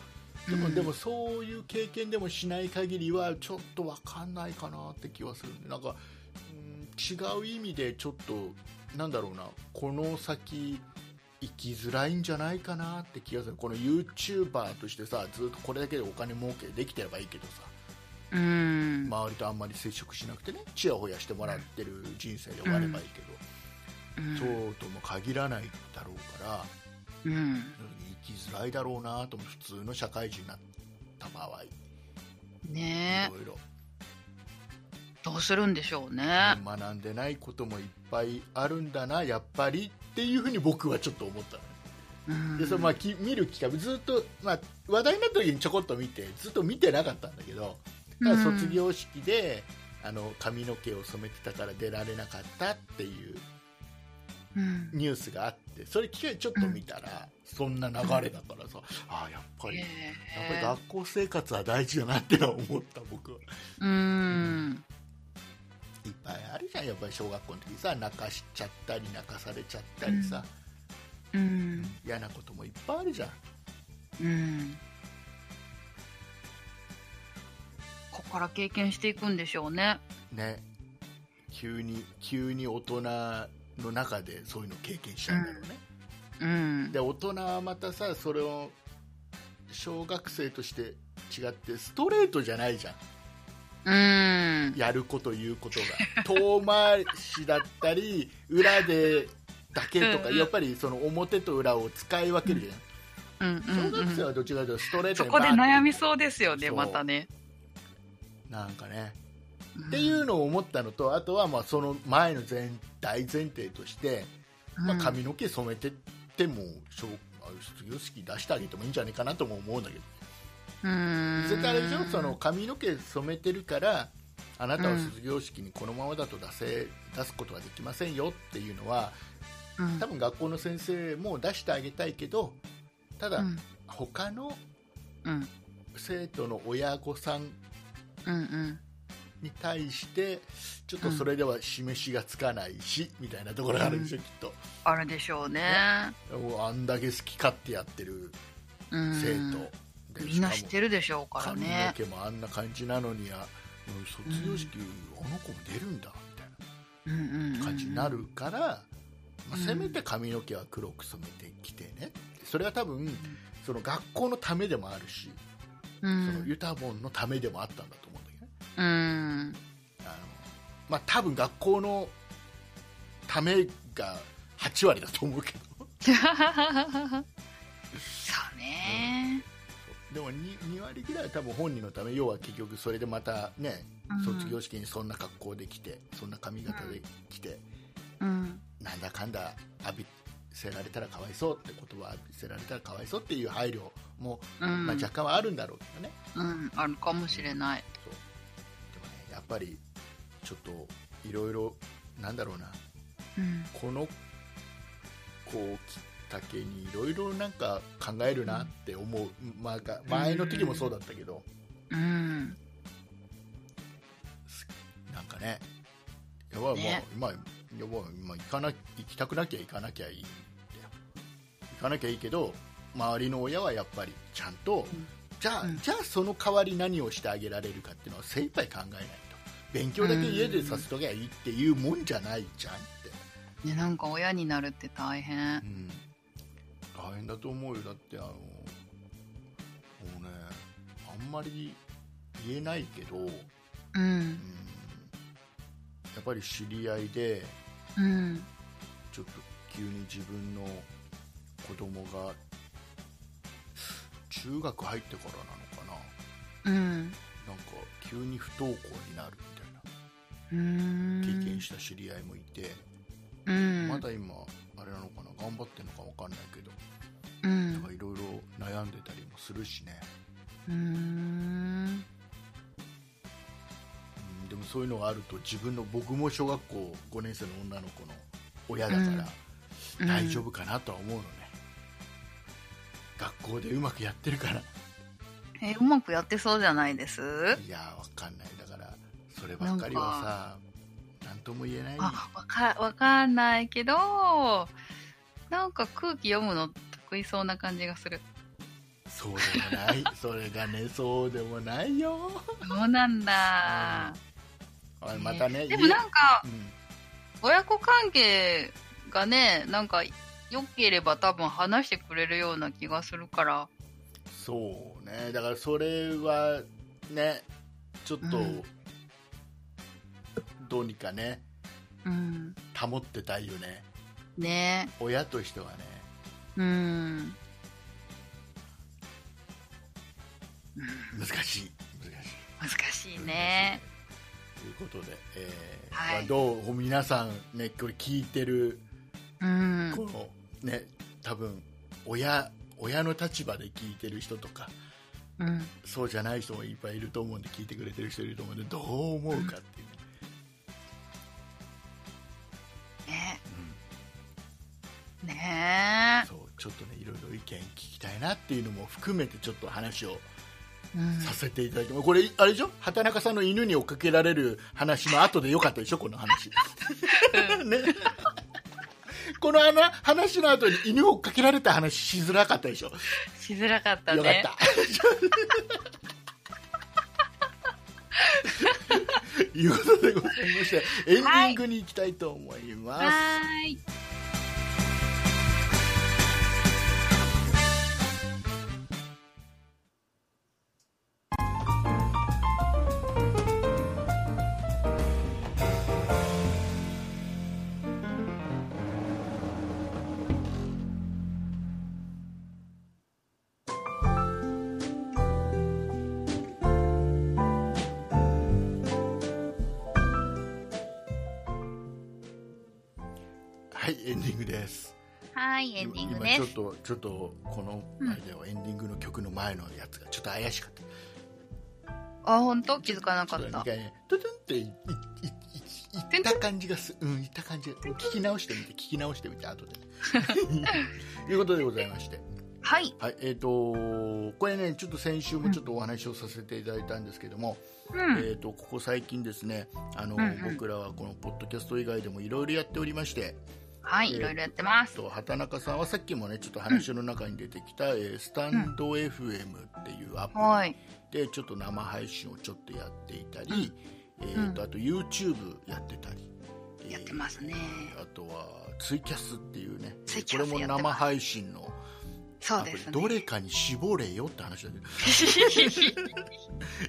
Speaker 2: で
Speaker 1: う
Speaker 2: も
Speaker 1: ん
Speaker 2: でもそういう経験でもしない限りはちょっと分かんないかなって気はするなんか、うん、違う意味でちょっとなんだろうなこの先生きづらいんじゃないかなって気がするこの YouTuber としてさずっとこれだけでお金儲けできてればいいけどさ
Speaker 1: うん
Speaker 2: 周りとあんまり接触しなくてねちやほやしてもらってる人生で終わればいいけど、そうとも限らないだろうから
Speaker 1: うん
Speaker 2: 生きづらいだろうなとも普通の社会人になった場合い
Speaker 1: ねえ
Speaker 2: ろいろ
Speaker 1: どうするんでしょうね
Speaker 2: 学んでないこともいっぱいあるんだなやっぱりっていうふうに僕はちょっと思ったのね
Speaker 1: うん
Speaker 2: でそのまあき見る機会ずっと、まあ、話題になった時にちょこっと見てずっと見てなかったんだけどただ
Speaker 1: うん
Speaker 2: 卒業式で、あの髪の毛を染めてたから出られなかったっていう
Speaker 1: うん
Speaker 2: ニュースがあってそれ機会ちょっと見たら、そんな流れだからさ、ああやっぱり、
Speaker 1: へ
Speaker 2: やっぱり
Speaker 1: え
Speaker 2: 学校生活は大事だなってのは思った僕は
Speaker 1: うん
Speaker 2: いっぱいあるじゃんやっぱり小学校の時さ泣かしちゃったり泣かされちゃったりさ、
Speaker 1: うん
Speaker 2: 嫌なこともいっぱいあるじゃん
Speaker 1: うんここから経験していくんでしょうね
Speaker 2: ね急に急に大人の中でそういうの経験しちゃうんだろうね、
Speaker 1: うん
Speaker 2: で大人はまたさそれを小学生として違ってストレートじゃないじゃん
Speaker 1: うん
Speaker 2: やること言うことが 遠回しだったり裏でだけとか
Speaker 1: うんうん
Speaker 2: やっぱりその表と裏を使い分けるじ
Speaker 1: うん
Speaker 2: ゃ
Speaker 1: うんんう
Speaker 2: 小学生
Speaker 1: ん
Speaker 2: はどっちらかというとストレート
Speaker 1: そこで悩みそう
Speaker 2: で
Speaker 1: ですよね
Speaker 2: そう
Speaker 1: またね
Speaker 2: なんかね
Speaker 1: っ
Speaker 2: っていうのを思ったのとあとはまあその前の前大前提として、まあ、髪の毛染めてっても小あ卒業式出してあげてもいいんじゃないかなとも思うんだけどそれからあれでしょその髪の毛染めてるからあなたは卒業式にこのままだと出せ出すことはできませんよっていうのは多分学校の先生も出してあげたいけどただ、
Speaker 1: うん
Speaker 2: 他の
Speaker 1: うん
Speaker 2: 生徒の親御さん
Speaker 1: うんうん
Speaker 2: に対してちょっとそれでは示しがつかないし、みたいなところがあるでしょ、きっ
Speaker 1: あるでしょうね
Speaker 2: ともうあんだけ好き勝手やってる
Speaker 1: うん
Speaker 2: 生徒で、
Speaker 1: みんな知ってる
Speaker 2: る
Speaker 1: でしょうから
Speaker 2: 髪
Speaker 1: ね
Speaker 2: の毛もあんな感じなのにあうん卒業式、あの子も出るんだみたいな感じになるから、まあ
Speaker 1: うん
Speaker 2: せめて髪の毛は黒く染めてきてねそれは多分その学校のためでもあるし、
Speaker 1: う
Speaker 2: その
Speaker 1: ん
Speaker 2: ユタボンのためでもあったんだと思うんだけどね
Speaker 1: うん
Speaker 2: あの、まあ、多分学校のためが8割だと思うけど
Speaker 1: そうね
Speaker 2: でも 2, 2割ぐらいは多分本人のため要は結局それでまたね
Speaker 1: うん
Speaker 2: 卒業式にそんな格好で来てそんな髪型で来て、
Speaker 1: うん
Speaker 2: なんだかんだ浴びせられたらかわいそうって言葉浴びせられたらかわいそうっていう配慮も、
Speaker 1: うん
Speaker 2: まあ、若干はあるんだろうけどね
Speaker 1: うんあるかもしれない
Speaker 2: そうでもねやっぱりちょっといろいろなんだろうな
Speaker 1: うん
Speaker 2: この子をきっかけにいろいろなんか考えるなって思う、まあ、が前の時もそうだったけど、
Speaker 1: うん
Speaker 2: なんかねやばい、
Speaker 1: ね
Speaker 2: まあ、まあ、やばい、まあ、行かな行きたくなきゃ行かなきゃいいんだよ行かなきゃいいけど周りの親はやっぱりちゃんと、
Speaker 1: ん
Speaker 2: じゃあ、
Speaker 1: うん
Speaker 2: じゃあその代わり何をしてあげられるかっていうのは精一杯考えないと勉強だけ家でさせときゃいいっていうもんじゃないじゃんって、
Speaker 1: ねなんか親になるって大変
Speaker 2: うん、大変だと思うよだってあのもうねあんまり言えないけど、うん、や
Speaker 1: うん
Speaker 2: っぱり知り合いで
Speaker 1: うん
Speaker 2: ちょっと急に自分の子供が中学入ってからなのか
Speaker 1: うん
Speaker 2: ななんか急に不登校になるみたいな
Speaker 1: うーん
Speaker 2: 経験した知り合いもいて、
Speaker 1: うん
Speaker 2: まだ今あれなのかな頑張ってるのか分かんないけど
Speaker 1: う
Speaker 2: なん
Speaker 1: ん
Speaker 2: かいろいろ悩んでたりもするしね、
Speaker 1: うーん
Speaker 2: うんでもそういうのがあると自分の僕も小学校5年生の女の子の親だから、
Speaker 1: うん
Speaker 2: 大丈夫かなとは思うのね、学校でうまくやってるから
Speaker 1: えうまくやってそうじゃないです
Speaker 2: いやーわかんないだからそればっかりはさなんとも言えない
Speaker 1: あわかわかんないけどなんか空気読むの得意そうな感じがする
Speaker 2: そうでもない それがねそうでもないよ
Speaker 1: そうなんだ、
Speaker 2: おいまたね
Speaker 1: でもなんか
Speaker 2: 家うん
Speaker 1: 親子関係がねなんか良ければ多分話してくれるような気がするから
Speaker 2: そうねだからそれはねちょっと、
Speaker 1: うん
Speaker 2: どうにかね
Speaker 1: うん
Speaker 2: 保ってたいよね
Speaker 1: ね
Speaker 2: 親としてはね
Speaker 1: うん
Speaker 2: 難しい難し
Speaker 1: 難しい
Speaker 2: い
Speaker 1: ね
Speaker 2: 難しいということで、えー
Speaker 1: はい
Speaker 2: まあどう皆さんねこれ聞いてる
Speaker 1: うん
Speaker 2: このね多分親親の立場で聞いてる人とか
Speaker 1: うん
Speaker 2: そうじゃない人もいっぱいいると思うんで聞いてくれてる人いると思うんでどう思うかっていうね、
Speaker 1: ね
Speaker 2: うん
Speaker 1: ね
Speaker 2: そうちょっとねいろいろ意見聞きたいなっていうのも含めてちょっと話を
Speaker 1: うん
Speaker 2: させていただきます、これあれでしょ畑中さんの犬に追っかけられる話の後でよかったでしょこの話ねこのあの話の後に犬を追っかけられた話しづらかったでしょ、
Speaker 1: しづらかった
Speaker 2: よかっ
Speaker 1: ね
Speaker 2: たということでございましてエンディングに行きたいと思います、
Speaker 1: はーい
Speaker 2: はいエンディングです
Speaker 1: はいエンディングで
Speaker 2: 今
Speaker 1: す
Speaker 2: ちょっとちょっとこのあれだよ、エンディングの曲の前のやつがちょっと怪しかった
Speaker 1: あ本当気づかなかっ
Speaker 2: ちょ
Speaker 1: た
Speaker 2: とね一回ねトゥトゥンっていいいいいいった感じがすうんいった感じが聞き直してみて聞き直してみて後でね ということでございまして
Speaker 1: はい
Speaker 2: はいえー、とこれねちょっと先週もちょっとお話をさせていただいたんですけども、
Speaker 1: うん
Speaker 2: えー、とここ最近ですねあの、
Speaker 1: うんうん
Speaker 2: 僕らはこのポッドキャスト以外でもいろいろやっておりまして、
Speaker 1: はいいろいろやってます
Speaker 2: と畑中さんはさっきもねちょっと話の中に出てきた、えースタンド FM っていうアプ
Speaker 1: はい
Speaker 2: リでちょっと生配信をちょっとやっていたり、えーと
Speaker 1: う
Speaker 2: あと YouTube やってたり、えー
Speaker 1: やってますね
Speaker 2: あとはツイキャスっていうね
Speaker 1: ツイキ
Speaker 2: こ
Speaker 1: ャ
Speaker 2: れ
Speaker 1: ス
Speaker 2: も
Speaker 1: やってます
Speaker 2: 生配信の
Speaker 1: そう
Speaker 2: ア
Speaker 1: で
Speaker 2: プリ、
Speaker 1: すね
Speaker 2: どれ かに絞れよって話だ けど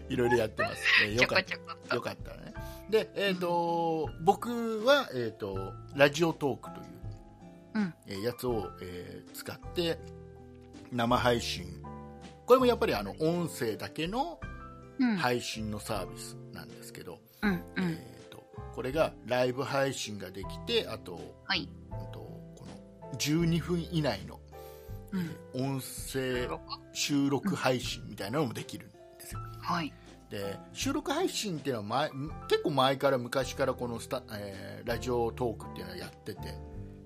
Speaker 2: いろいろやってます、えー
Speaker 1: ちょ
Speaker 2: よか
Speaker 1: こ
Speaker 2: っ
Speaker 1: ちょこった
Speaker 2: よかったらねで、えーと僕は、えー、とラジオトークという
Speaker 1: うん
Speaker 2: えーやつを、えー使って生配信これもやっぱりあの音声だけの
Speaker 1: うん。い。
Speaker 2: 配信のサービスなんですけど、
Speaker 1: うんう
Speaker 2: え
Speaker 1: ん。
Speaker 2: ーとこれがライブ配信ができてあと,、
Speaker 1: はい。
Speaker 2: うんとこの12分以内の
Speaker 1: うん。
Speaker 2: 音声
Speaker 1: 録
Speaker 2: 収録配信みたいなのもできるんですよ
Speaker 1: はい。
Speaker 2: で収録配信っていうのは前結構前から昔からこのスタ、えーラジオトークっていうのはやってて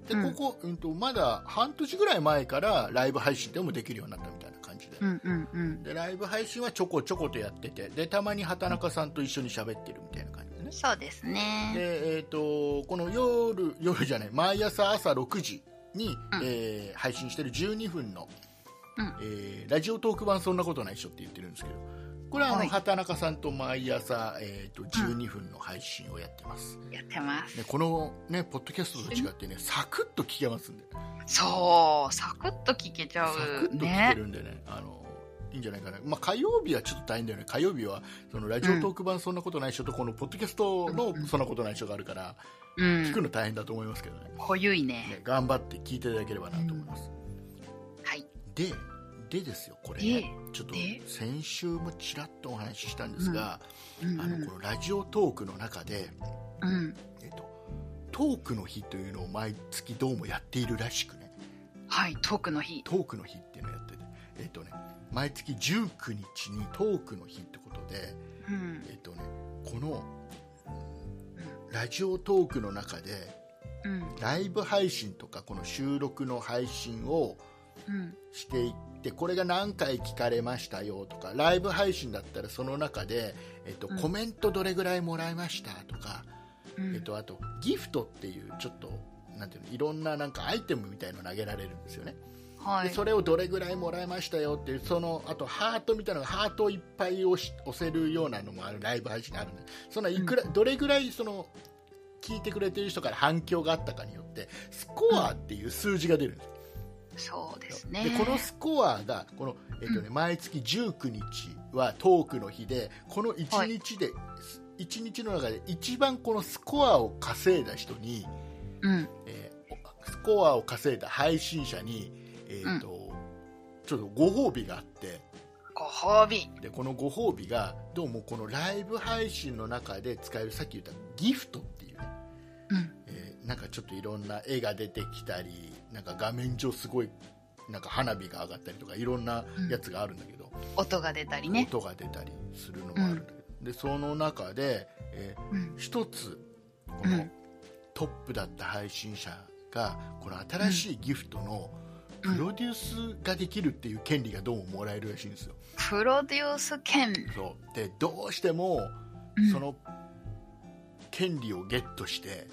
Speaker 2: で
Speaker 1: うん
Speaker 2: ここ、うん、とまだ半年ぐらい前からライブ配信でもできるようになったみたいな感じで,、
Speaker 1: うんうんうん。
Speaker 2: でライブ配信はちょこちょことやっててでたまに畑中さんと一緒に喋ってるみたいな感じでね
Speaker 1: そうですね。
Speaker 2: で、えー、とこの夜夜じゃない毎朝朝6時に、
Speaker 1: うん
Speaker 2: えー配信してる12分の、
Speaker 1: うん
Speaker 2: えーラジオトーク版「そんなことないっしょ」って言ってるんですけどこれはあの、
Speaker 1: はい
Speaker 2: 畑中さんと毎朝、えー、と12分の配信をやってます、
Speaker 1: やってます。
Speaker 2: でこの、ね、ポッドキャストと違ってねサクッと聞けますんで
Speaker 1: そう、サクッと聞けちゃ
Speaker 2: サク
Speaker 1: う
Speaker 2: ッと聞け
Speaker 1: ね。
Speaker 2: るんでねあのいいんじゃないかな、まあ、火曜日はちょっと大変だよね火曜日はそのラジオトーク版「そんなことないっしょ」とこのポッドキャストの「そんなことないっしょ」があるから
Speaker 1: う
Speaker 2: 聞く
Speaker 1: ん。
Speaker 2: の大変だと思いますけどね
Speaker 1: 濃ゆいね。
Speaker 2: ね、頑張って聞いていただければなと思います、
Speaker 1: はい。
Speaker 2: ででですよこれね
Speaker 1: で
Speaker 2: ちょっと
Speaker 1: で
Speaker 2: 先週もちらっとお話ししたんですが、
Speaker 1: うん
Speaker 2: あのこのラジオトークの中で、
Speaker 1: うん。うん。
Speaker 2: えっと、トークの日というのを毎月どうもやっているらしくね
Speaker 1: はい、トークの日。
Speaker 2: トークの日っていうのをやってて、えっとね、毎月19日にトークの日ってことで、
Speaker 1: うん。
Speaker 2: えっとね、このうんラジオトークの中で
Speaker 1: うん。
Speaker 2: ライブ配信とかこの収録の配信を
Speaker 1: うん。
Speaker 2: していってこれが何回聞かれましたよとかライブ配信だったらその中で、えっと
Speaker 1: うん
Speaker 2: コメントどれぐらいもらいましたとか、
Speaker 1: うん
Speaker 2: えっと、あとギフトっていうちょっとなんていうのいろんななんかアイテムみたいの投げられるんですよね、
Speaker 1: はい。
Speaker 2: でそれをどれぐらいもらいましたよっていうそのあとハートみたいなのがハートをいっぱい押し押せるようなのもあるライブ配信あるんでそのいくら、どれぐらいその聞いてくれてる人から反響があったかによってスコアっていう数字が出るんですよ
Speaker 1: そうです
Speaker 2: で
Speaker 1: ね。
Speaker 2: このスコアがこの、えっとね毎月19日はトークの日でこの1日で、一日の中で一番このスコアを稼いだ人に、
Speaker 1: うん。
Speaker 2: えースコアを稼いだ配信者に、えーとちょっとご褒美があって
Speaker 1: ご褒美。
Speaker 2: でこのご褒美がどうもこのライブ配信の中で使えるさっき言ったギフトっていうね
Speaker 1: うん。
Speaker 2: えーなんかちょっといろんな絵が出てきたりなんか画面上すごいなんか花火が上がったりとかいろんなやつがあるんだけど、
Speaker 1: 音が出たりね。
Speaker 2: 音が出たりするのもあるんだけど、でその中で、えー
Speaker 1: うん。
Speaker 2: 一つこ
Speaker 1: う
Speaker 2: の
Speaker 1: ん
Speaker 2: トップだった配信者がこの新しいギフトの
Speaker 1: うん
Speaker 2: プロデュースができるっていう権利がどうももらえるらしいんですよ。
Speaker 1: プロデュース権。
Speaker 2: そうでどうしても
Speaker 1: うん
Speaker 2: その権利をゲットして、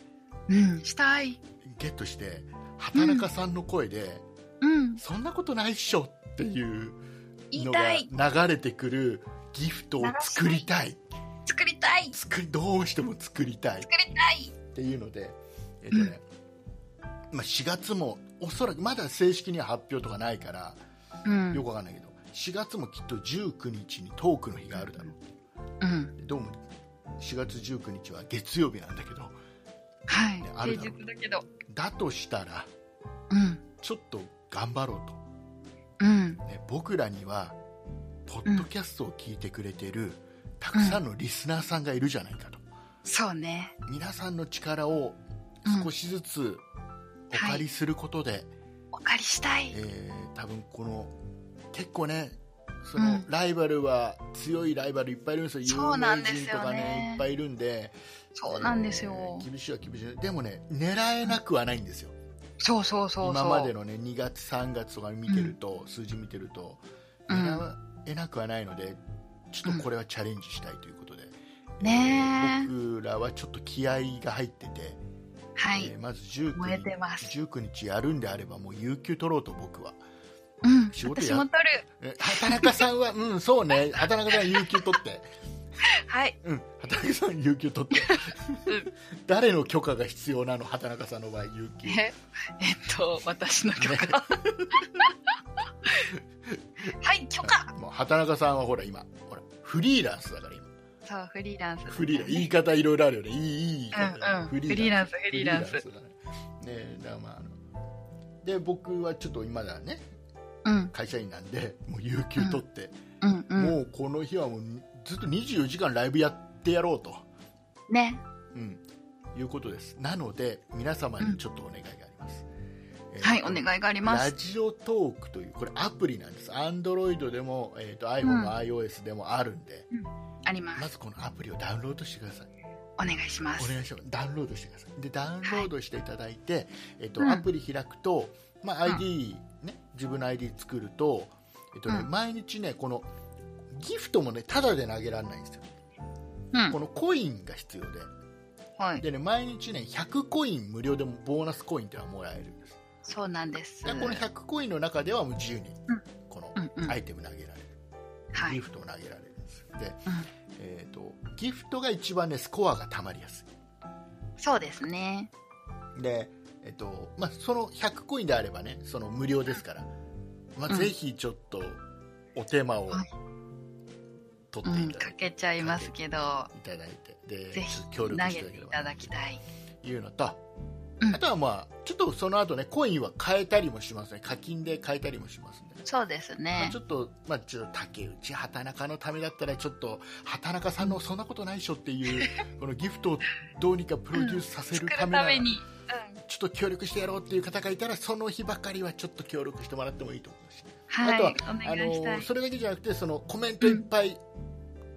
Speaker 1: うん。したい。
Speaker 2: ゲットして畑中さんの声で、
Speaker 1: うん。
Speaker 2: そんなことないっしょっていう
Speaker 1: 言い
Speaker 2: の
Speaker 1: たい。
Speaker 2: が流れてくるギフトを作りたい
Speaker 1: 作りたい。
Speaker 2: 作りどうしても作りたい
Speaker 1: 作りたい。
Speaker 2: っていうので、えっとねまあ、4月もおそらくまだ正式には発表とかないから
Speaker 1: うん。
Speaker 2: よくわかんないけど4月もきっと19日にトークの日があるだろう
Speaker 1: うん。
Speaker 2: でどうも4月19日は月曜日なんだけど
Speaker 1: はい
Speaker 2: ねあ。る
Speaker 1: 平
Speaker 2: だろう
Speaker 1: 日だけど。
Speaker 2: だとしたら
Speaker 1: うん。
Speaker 2: ちょっと頑張ろうと
Speaker 1: うん。
Speaker 2: ね、僕らにはポッドキャストを聞いてくれてる、たくさんのリスナーさんがいるじゃないかと、
Speaker 1: そうね。
Speaker 2: 皆さんの力を少しずつお借りすることで、
Speaker 1: お借りしたい。
Speaker 2: えー多分この結構ねその、
Speaker 1: うん
Speaker 2: ライバルは強いライバルいっぱいいるんですよ
Speaker 1: そうなんですよね
Speaker 2: 有名人とかねいっぱいいるんで
Speaker 1: そうなんです
Speaker 2: え
Speaker 1: よ
Speaker 2: ー。厳しいは厳しいでもね狙えなくはないんですよ、
Speaker 1: そうそうそうそう。
Speaker 2: 今までのね2月3月とか見てると、数字見てると
Speaker 1: うん
Speaker 2: 狙えなくはないのでちょっとこれはチャレンジしたいということで、
Speaker 1: ねえ
Speaker 2: 僕らはちょっと気合が入ってて、
Speaker 1: はい。
Speaker 2: えーまず19
Speaker 1: 燃え
Speaker 2: 日
Speaker 1: てます
Speaker 2: 19日やるんであればもう有給取ろうと僕は
Speaker 1: うん。
Speaker 2: 仕事や
Speaker 1: 私も取る。
Speaker 2: え畑中さんは うんそうね畑中さんは有給取って
Speaker 1: はい。
Speaker 2: うん畑中さんは有給取って
Speaker 1: うん
Speaker 2: 誰の許可が必要なの畑中さんの場合有給
Speaker 1: え、えっと、私の許可。 はい、許可。
Speaker 2: もう畑中さんはほら今ほらフリーランスだから今
Speaker 1: そう、フリーランス。
Speaker 2: フリーラン言い方いろいろあるよね。いいいい言い
Speaker 1: うん
Speaker 2: 方。
Speaker 1: うん。フリーランス、フ
Speaker 2: フ
Speaker 1: リーランス。
Speaker 2: リーランスだね。ねだからまああので僕はちょっと今だね、
Speaker 1: ううん
Speaker 2: 会社員なんでもう有給取って、
Speaker 1: うんうん
Speaker 2: もうこの日はもうずっと24時間ライブやってやろうと、
Speaker 1: ね
Speaker 2: うん、いうことですなので皆様にちょっとお願いがあります、えー
Speaker 1: はいお願いがありま
Speaker 2: ラ
Speaker 1: す
Speaker 2: ジオトークというこれアプリなんです Android でも、えー、と iPhone
Speaker 1: うん
Speaker 2: の iOS でもあるんで、
Speaker 1: ありま
Speaker 2: ますずこのアプリをダウンロードしてください
Speaker 1: お願いします
Speaker 2: お願いしますダウンロードしてくださいでダウンロードしていただいて、えっと
Speaker 1: うん
Speaker 2: アプリ開くと、まあ、ID、ね、自分の ID 作ると、えっとね
Speaker 1: うん
Speaker 2: 毎日ねこのギフトもねタダで投げられないんですよ
Speaker 1: うん
Speaker 2: このコインが必要で
Speaker 1: はい
Speaker 2: でね毎日ね100コイン無料でもボーナスコインっていうのはもらえるんです
Speaker 1: そうなんです
Speaker 2: でこの100コインの中ではもう自由に
Speaker 1: うん
Speaker 2: この
Speaker 1: うんうん
Speaker 2: アイテム投げられる、
Speaker 1: は
Speaker 2: ギ
Speaker 1: い
Speaker 2: フトを投げられるんですで、えっとギフトが一番ねスコアがたまりやすい
Speaker 1: そうですね
Speaker 2: で、えっとまあ、その100コインであればねその無料ですから、ま
Speaker 1: う
Speaker 2: あ、
Speaker 1: ん
Speaker 2: ぜひちょっとお手間を
Speaker 1: はい
Speaker 2: 取
Speaker 1: う
Speaker 2: ってい
Speaker 1: ん
Speaker 2: ただ
Speaker 1: か
Speaker 2: いて,、
Speaker 1: けちゃいますけど
Speaker 2: いただいてで
Speaker 1: ぜひ
Speaker 2: 協
Speaker 1: 投
Speaker 2: 力
Speaker 1: げ
Speaker 2: し
Speaker 1: て
Speaker 2: ていただけ
Speaker 1: い
Speaker 2: れば
Speaker 1: た
Speaker 2: な
Speaker 1: だきたい
Speaker 2: というのと、
Speaker 1: うん
Speaker 2: あとはまあちょっとその後ねコインは変えたりもしますね課金で変えたりもしますんで。
Speaker 1: そうです
Speaker 2: まあ
Speaker 1: ね
Speaker 2: ちょっと、まあ、ちょっと竹内、畑中のためだったら、ちょっと、畑中さんのそんなことないでしょっていう、このギフトをどうにかプロデュースさせる
Speaker 1: 作
Speaker 2: た
Speaker 1: る
Speaker 2: めな
Speaker 1: た
Speaker 2: ら
Speaker 1: めにうん
Speaker 2: ちょっと協力してやろうっていう方がいたらその日ばかりはちょっと協力してもらってもいいと思うし、
Speaker 1: はい
Speaker 2: あ
Speaker 1: お
Speaker 2: と
Speaker 1: 願いした
Speaker 2: の
Speaker 1: い
Speaker 2: それだけじゃなくてそのコメントいっぱい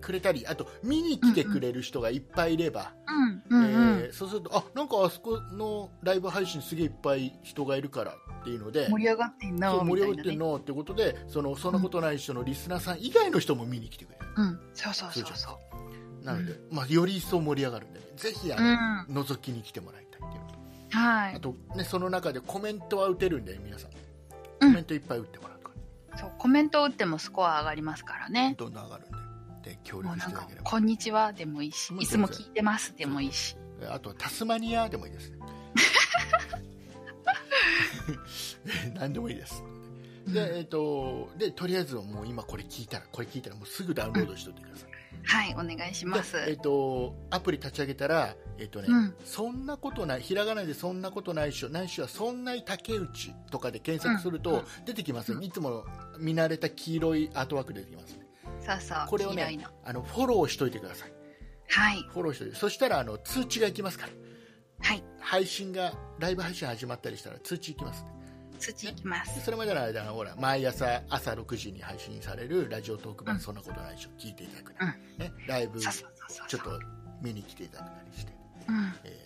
Speaker 2: くれたり、あと見に来てくれる人がいっぱいいれば、
Speaker 1: うんうんう
Speaker 2: えーそうするとあなんかあそこのライブ配信すげえいっぱい人がいるからっていうので
Speaker 1: ん盛り上がってん
Speaker 2: そ
Speaker 1: の
Speaker 2: う
Speaker 1: みた
Speaker 2: 盛り
Speaker 1: い
Speaker 2: 上
Speaker 1: な
Speaker 2: がってん
Speaker 1: ね
Speaker 2: のってことでそのそんなことない人のリスナーさん以外の人も見に来てくれる
Speaker 1: うんそうそうそうそう
Speaker 2: なので、まあ、より一層盛り上がるんでぜひ
Speaker 1: う
Speaker 2: あ
Speaker 1: ん
Speaker 2: の、覗きに来てもらいたいっていうのと
Speaker 1: は
Speaker 2: あ
Speaker 1: い
Speaker 2: と、ね、その中でコメントは打てるんで、皆さん、
Speaker 1: う
Speaker 2: コ
Speaker 1: ん
Speaker 2: メントいっぱい打ってもらうとかね、
Speaker 1: そうコメントを打ってもスコア上がりますからね
Speaker 2: どんどん上がるんで、で協
Speaker 1: もう
Speaker 2: 力
Speaker 1: な
Speaker 2: し
Speaker 1: ん
Speaker 2: てあ
Speaker 1: か
Speaker 2: げ
Speaker 1: 「
Speaker 2: れば、
Speaker 1: こんにちは」でもいいし
Speaker 2: も
Speaker 1: 「
Speaker 2: う
Speaker 1: いつ
Speaker 2: 全然
Speaker 1: も聞いてます」でもいいし
Speaker 2: あとタスマニアでもい いですね。何でもいいです。
Speaker 1: うん
Speaker 2: で、えっ、と、で、とりあえずもう今これ聞いたら、これ聞いたらもうすぐダウンロードしておいてください。
Speaker 1: はいお願いしま
Speaker 2: でえっ、
Speaker 1: す
Speaker 2: と、アプリ立ち上げたら、えっ、とね、
Speaker 1: うん
Speaker 2: そんなことない、ひらがなでそんなことないっしょ、ないっしょはそんない竹内とかで検索する
Speaker 1: うんう
Speaker 2: と
Speaker 1: ん
Speaker 2: 出てきますよ、
Speaker 1: うん
Speaker 2: いつもの見慣れた黄色いアートワーク出てきますね。
Speaker 1: そうそう
Speaker 2: これを
Speaker 1: 黄色い
Speaker 2: ね
Speaker 1: の、
Speaker 2: あのフォローしといてください。
Speaker 1: はい
Speaker 2: フォローしといて、そしたらあの通知がいきますから。
Speaker 1: はい
Speaker 2: 配信がライブ配信始まったりしたら通知いきます、
Speaker 1: 通知いきま
Speaker 2: ですそれまでの間あのほら毎朝朝6時に配信されるラジオトーク版、
Speaker 1: うん
Speaker 2: そんなことないでしょ聞いていただくな、ね、ライブち
Speaker 1: そ
Speaker 2: ょ
Speaker 1: うそうそうそう
Speaker 2: っと見に来ていただくなりして、
Speaker 1: うん
Speaker 2: え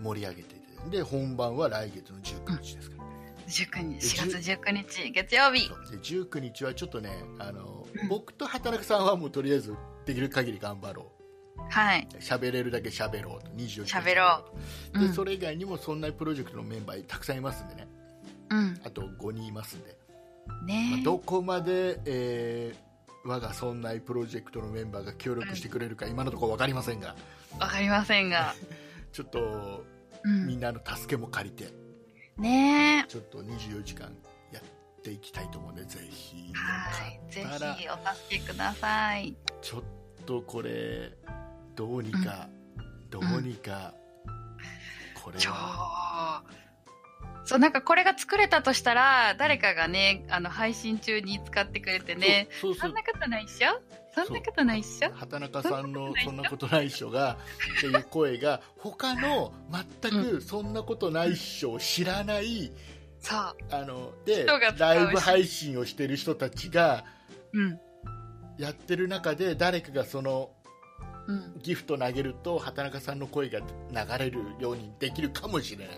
Speaker 2: ー盛り上げていただいてで本番は来月の19日ですから、
Speaker 1: 19
Speaker 2: じ
Speaker 1: 日
Speaker 2: ゅ
Speaker 1: 4月19日月曜日
Speaker 2: そうで19日はちょっとねあの、
Speaker 1: うん
Speaker 2: 僕と働くさんはもうとりあえずできる限り頑張ろう
Speaker 1: はい
Speaker 2: 喋れるだけ喋ろうと24時間
Speaker 1: 喋ろう
Speaker 2: で
Speaker 1: うん
Speaker 2: それ以外にもそんなプロジェクトのメンバーたくさんいますんでね
Speaker 1: うん
Speaker 2: あと5人いますんで、まあ
Speaker 1: ね
Speaker 2: どこまで、えー我がそんないプロジェクトのメンバーが協力してくれるか、今のところ分かりませんが
Speaker 1: わかりませんが
Speaker 2: ちょっと
Speaker 1: う
Speaker 2: み
Speaker 1: ん
Speaker 2: んなの助けも借りて、
Speaker 1: ね
Speaker 2: ちょっと24時間やっていきたいと思うのでぜひよ
Speaker 1: はいぜ
Speaker 2: かったら
Speaker 1: ひお助けください
Speaker 2: ちょっとこれどうにか、どうにか、これ
Speaker 1: 超
Speaker 2: は。
Speaker 1: そうなんかこれが作れたとしたら誰かがねあの配信中に使ってくれてね
Speaker 2: そう
Speaker 1: そ
Speaker 2: そうんそう
Speaker 1: なことないっしょそんなことないっしょ
Speaker 2: 畑中さんの「そんなことないっしょ」がっていう声が他の全く「そんなことないっしょ」を知らない
Speaker 1: そう
Speaker 2: あので
Speaker 1: 人が使うし
Speaker 2: ライブ配信をしてる人たちが
Speaker 1: うん
Speaker 2: やってる中で誰かがその
Speaker 1: うん
Speaker 2: ギフト投げると畑中さんの声が流れるようにできるかもしれない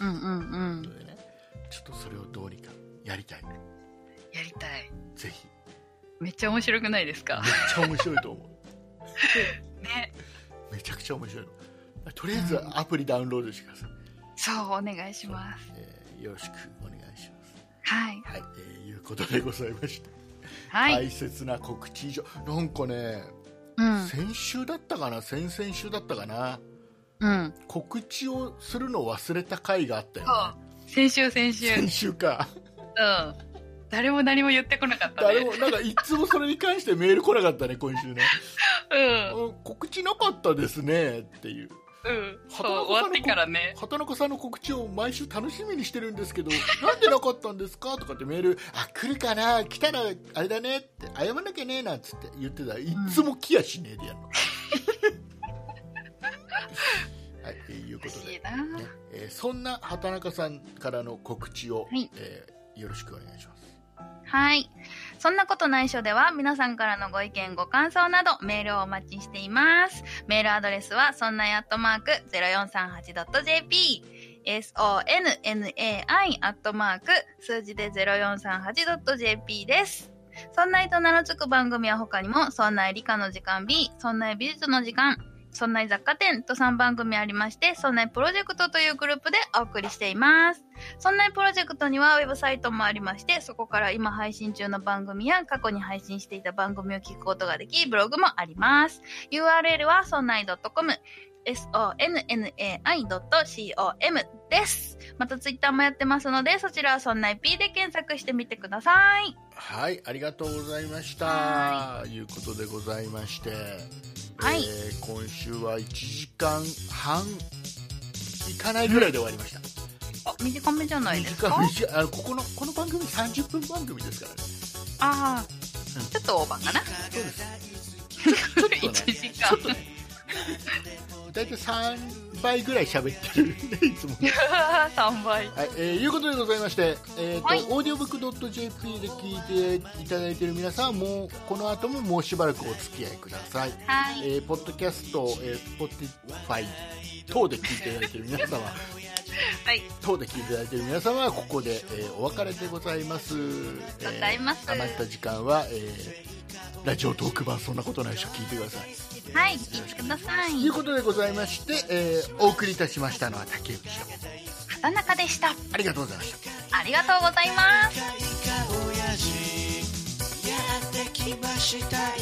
Speaker 1: うんうんうん
Speaker 2: のでねちょっとそれをどうにかやりたい
Speaker 1: やりたい
Speaker 2: ぜひ
Speaker 1: めっちゃ面白くないです
Speaker 2: めっ
Speaker 1: か
Speaker 2: ちゃ面白いと思う
Speaker 1: ね
Speaker 2: めちゃくちゃ面白いのとりあえずアプリダウンロードしてください、
Speaker 1: そうお願いします
Speaker 2: えーよろしくお願いします
Speaker 1: はい
Speaker 2: はい、えーいうことでございました、
Speaker 1: はい、
Speaker 2: 大切な告知以上なんかね、
Speaker 1: うん
Speaker 2: 先週だったかな先々週だったかな
Speaker 1: うん
Speaker 2: 告知をするのを忘れた回があったよね
Speaker 1: 先週先週うん
Speaker 2: 先週か
Speaker 1: 誰も何も言ってこなかった
Speaker 2: 誰
Speaker 1: ね
Speaker 2: もなんかいつもそれに関してメール来なかったね今週ね
Speaker 1: うん
Speaker 2: うん告知なかったですねっていう
Speaker 1: うん。そう、
Speaker 2: 畑中さんの
Speaker 1: 終わってからね。
Speaker 2: 畑中さんの告知を毎週楽しみにしてるんですけどなんでなかったんですかとかってメールあ来るかな来たらあれだねって謝んなきゃねえなんつって言ってたらいっつも来やしねえでやるの。はい、えーいうこ
Speaker 1: 不
Speaker 2: と
Speaker 1: 思
Speaker 2: で
Speaker 1: 議、な。
Speaker 2: ねえーそんな畑中さんからの告知を、
Speaker 1: はい
Speaker 2: えーよろしくお願いします。
Speaker 1: はい。そんなことないっしょでは、皆さんからのご意見、ご感想など、メールをお待ちしています。メールアドレスは、そんなやっとマーク 0438.jp、sonnai アットマーク、数字で 0438.jp です。そんないと名の付く番組は他にも、そんない理科の時間 B、そんない美術の時間、そんない雑貨店と3番組ありまして、そんないプロジェクトというグループでお送りしています。そんなプロジェクトにはウェブサイトもありまして、そこから今配信中の番組や過去に配信していた番組を聞くことができ、ブログもあります。URL はそんない .com、sonnai.com です。またツイッターもやってますので、そちらはそんない P で検索してみてください。
Speaker 2: はい、ありがとうございました。
Speaker 1: は
Speaker 2: いうことでございまして、
Speaker 1: はい
Speaker 2: えー今週は1時間半いかないぐらいで終わりました。
Speaker 1: あ、短めじゃないですか
Speaker 2: 短い短いあここのこの番組30分番組ですからね。
Speaker 1: ああ
Speaker 2: うん、
Speaker 1: ちょっとオーバーかな。
Speaker 2: そうです。
Speaker 1: 1時間。
Speaker 2: だいたい3倍ぐらい喋ってるんでい つも。
Speaker 1: 3倍。
Speaker 2: はい、えーいうことでございまして、えーと
Speaker 1: はい
Speaker 2: オーディオブックドット JP で聞いていただいている皆さんはもうこの後ももうしばらくお付き合いください。
Speaker 1: はい。
Speaker 2: えーポッドキャスト、えー、スポティファイ等で聞いていただいている皆様、
Speaker 1: はい。
Speaker 2: 等で聞いていただいている皆様はここで、えーお別れでございます。
Speaker 1: ございます
Speaker 2: えー余った時間は、えーラジオトーク版そんなことないでしょ聞いてください。
Speaker 1: はい。聞いてくださ
Speaker 2: と
Speaker 1: い
Speaker 2: いう。ことでございまして、えーお送りいたしましたのは竹内と
Speaker 1: 畑中でした。
Speaker 2: ありがとうございました。
Speaker 1: ありがとうございます。
Speaker 3: 「やってきましたよ」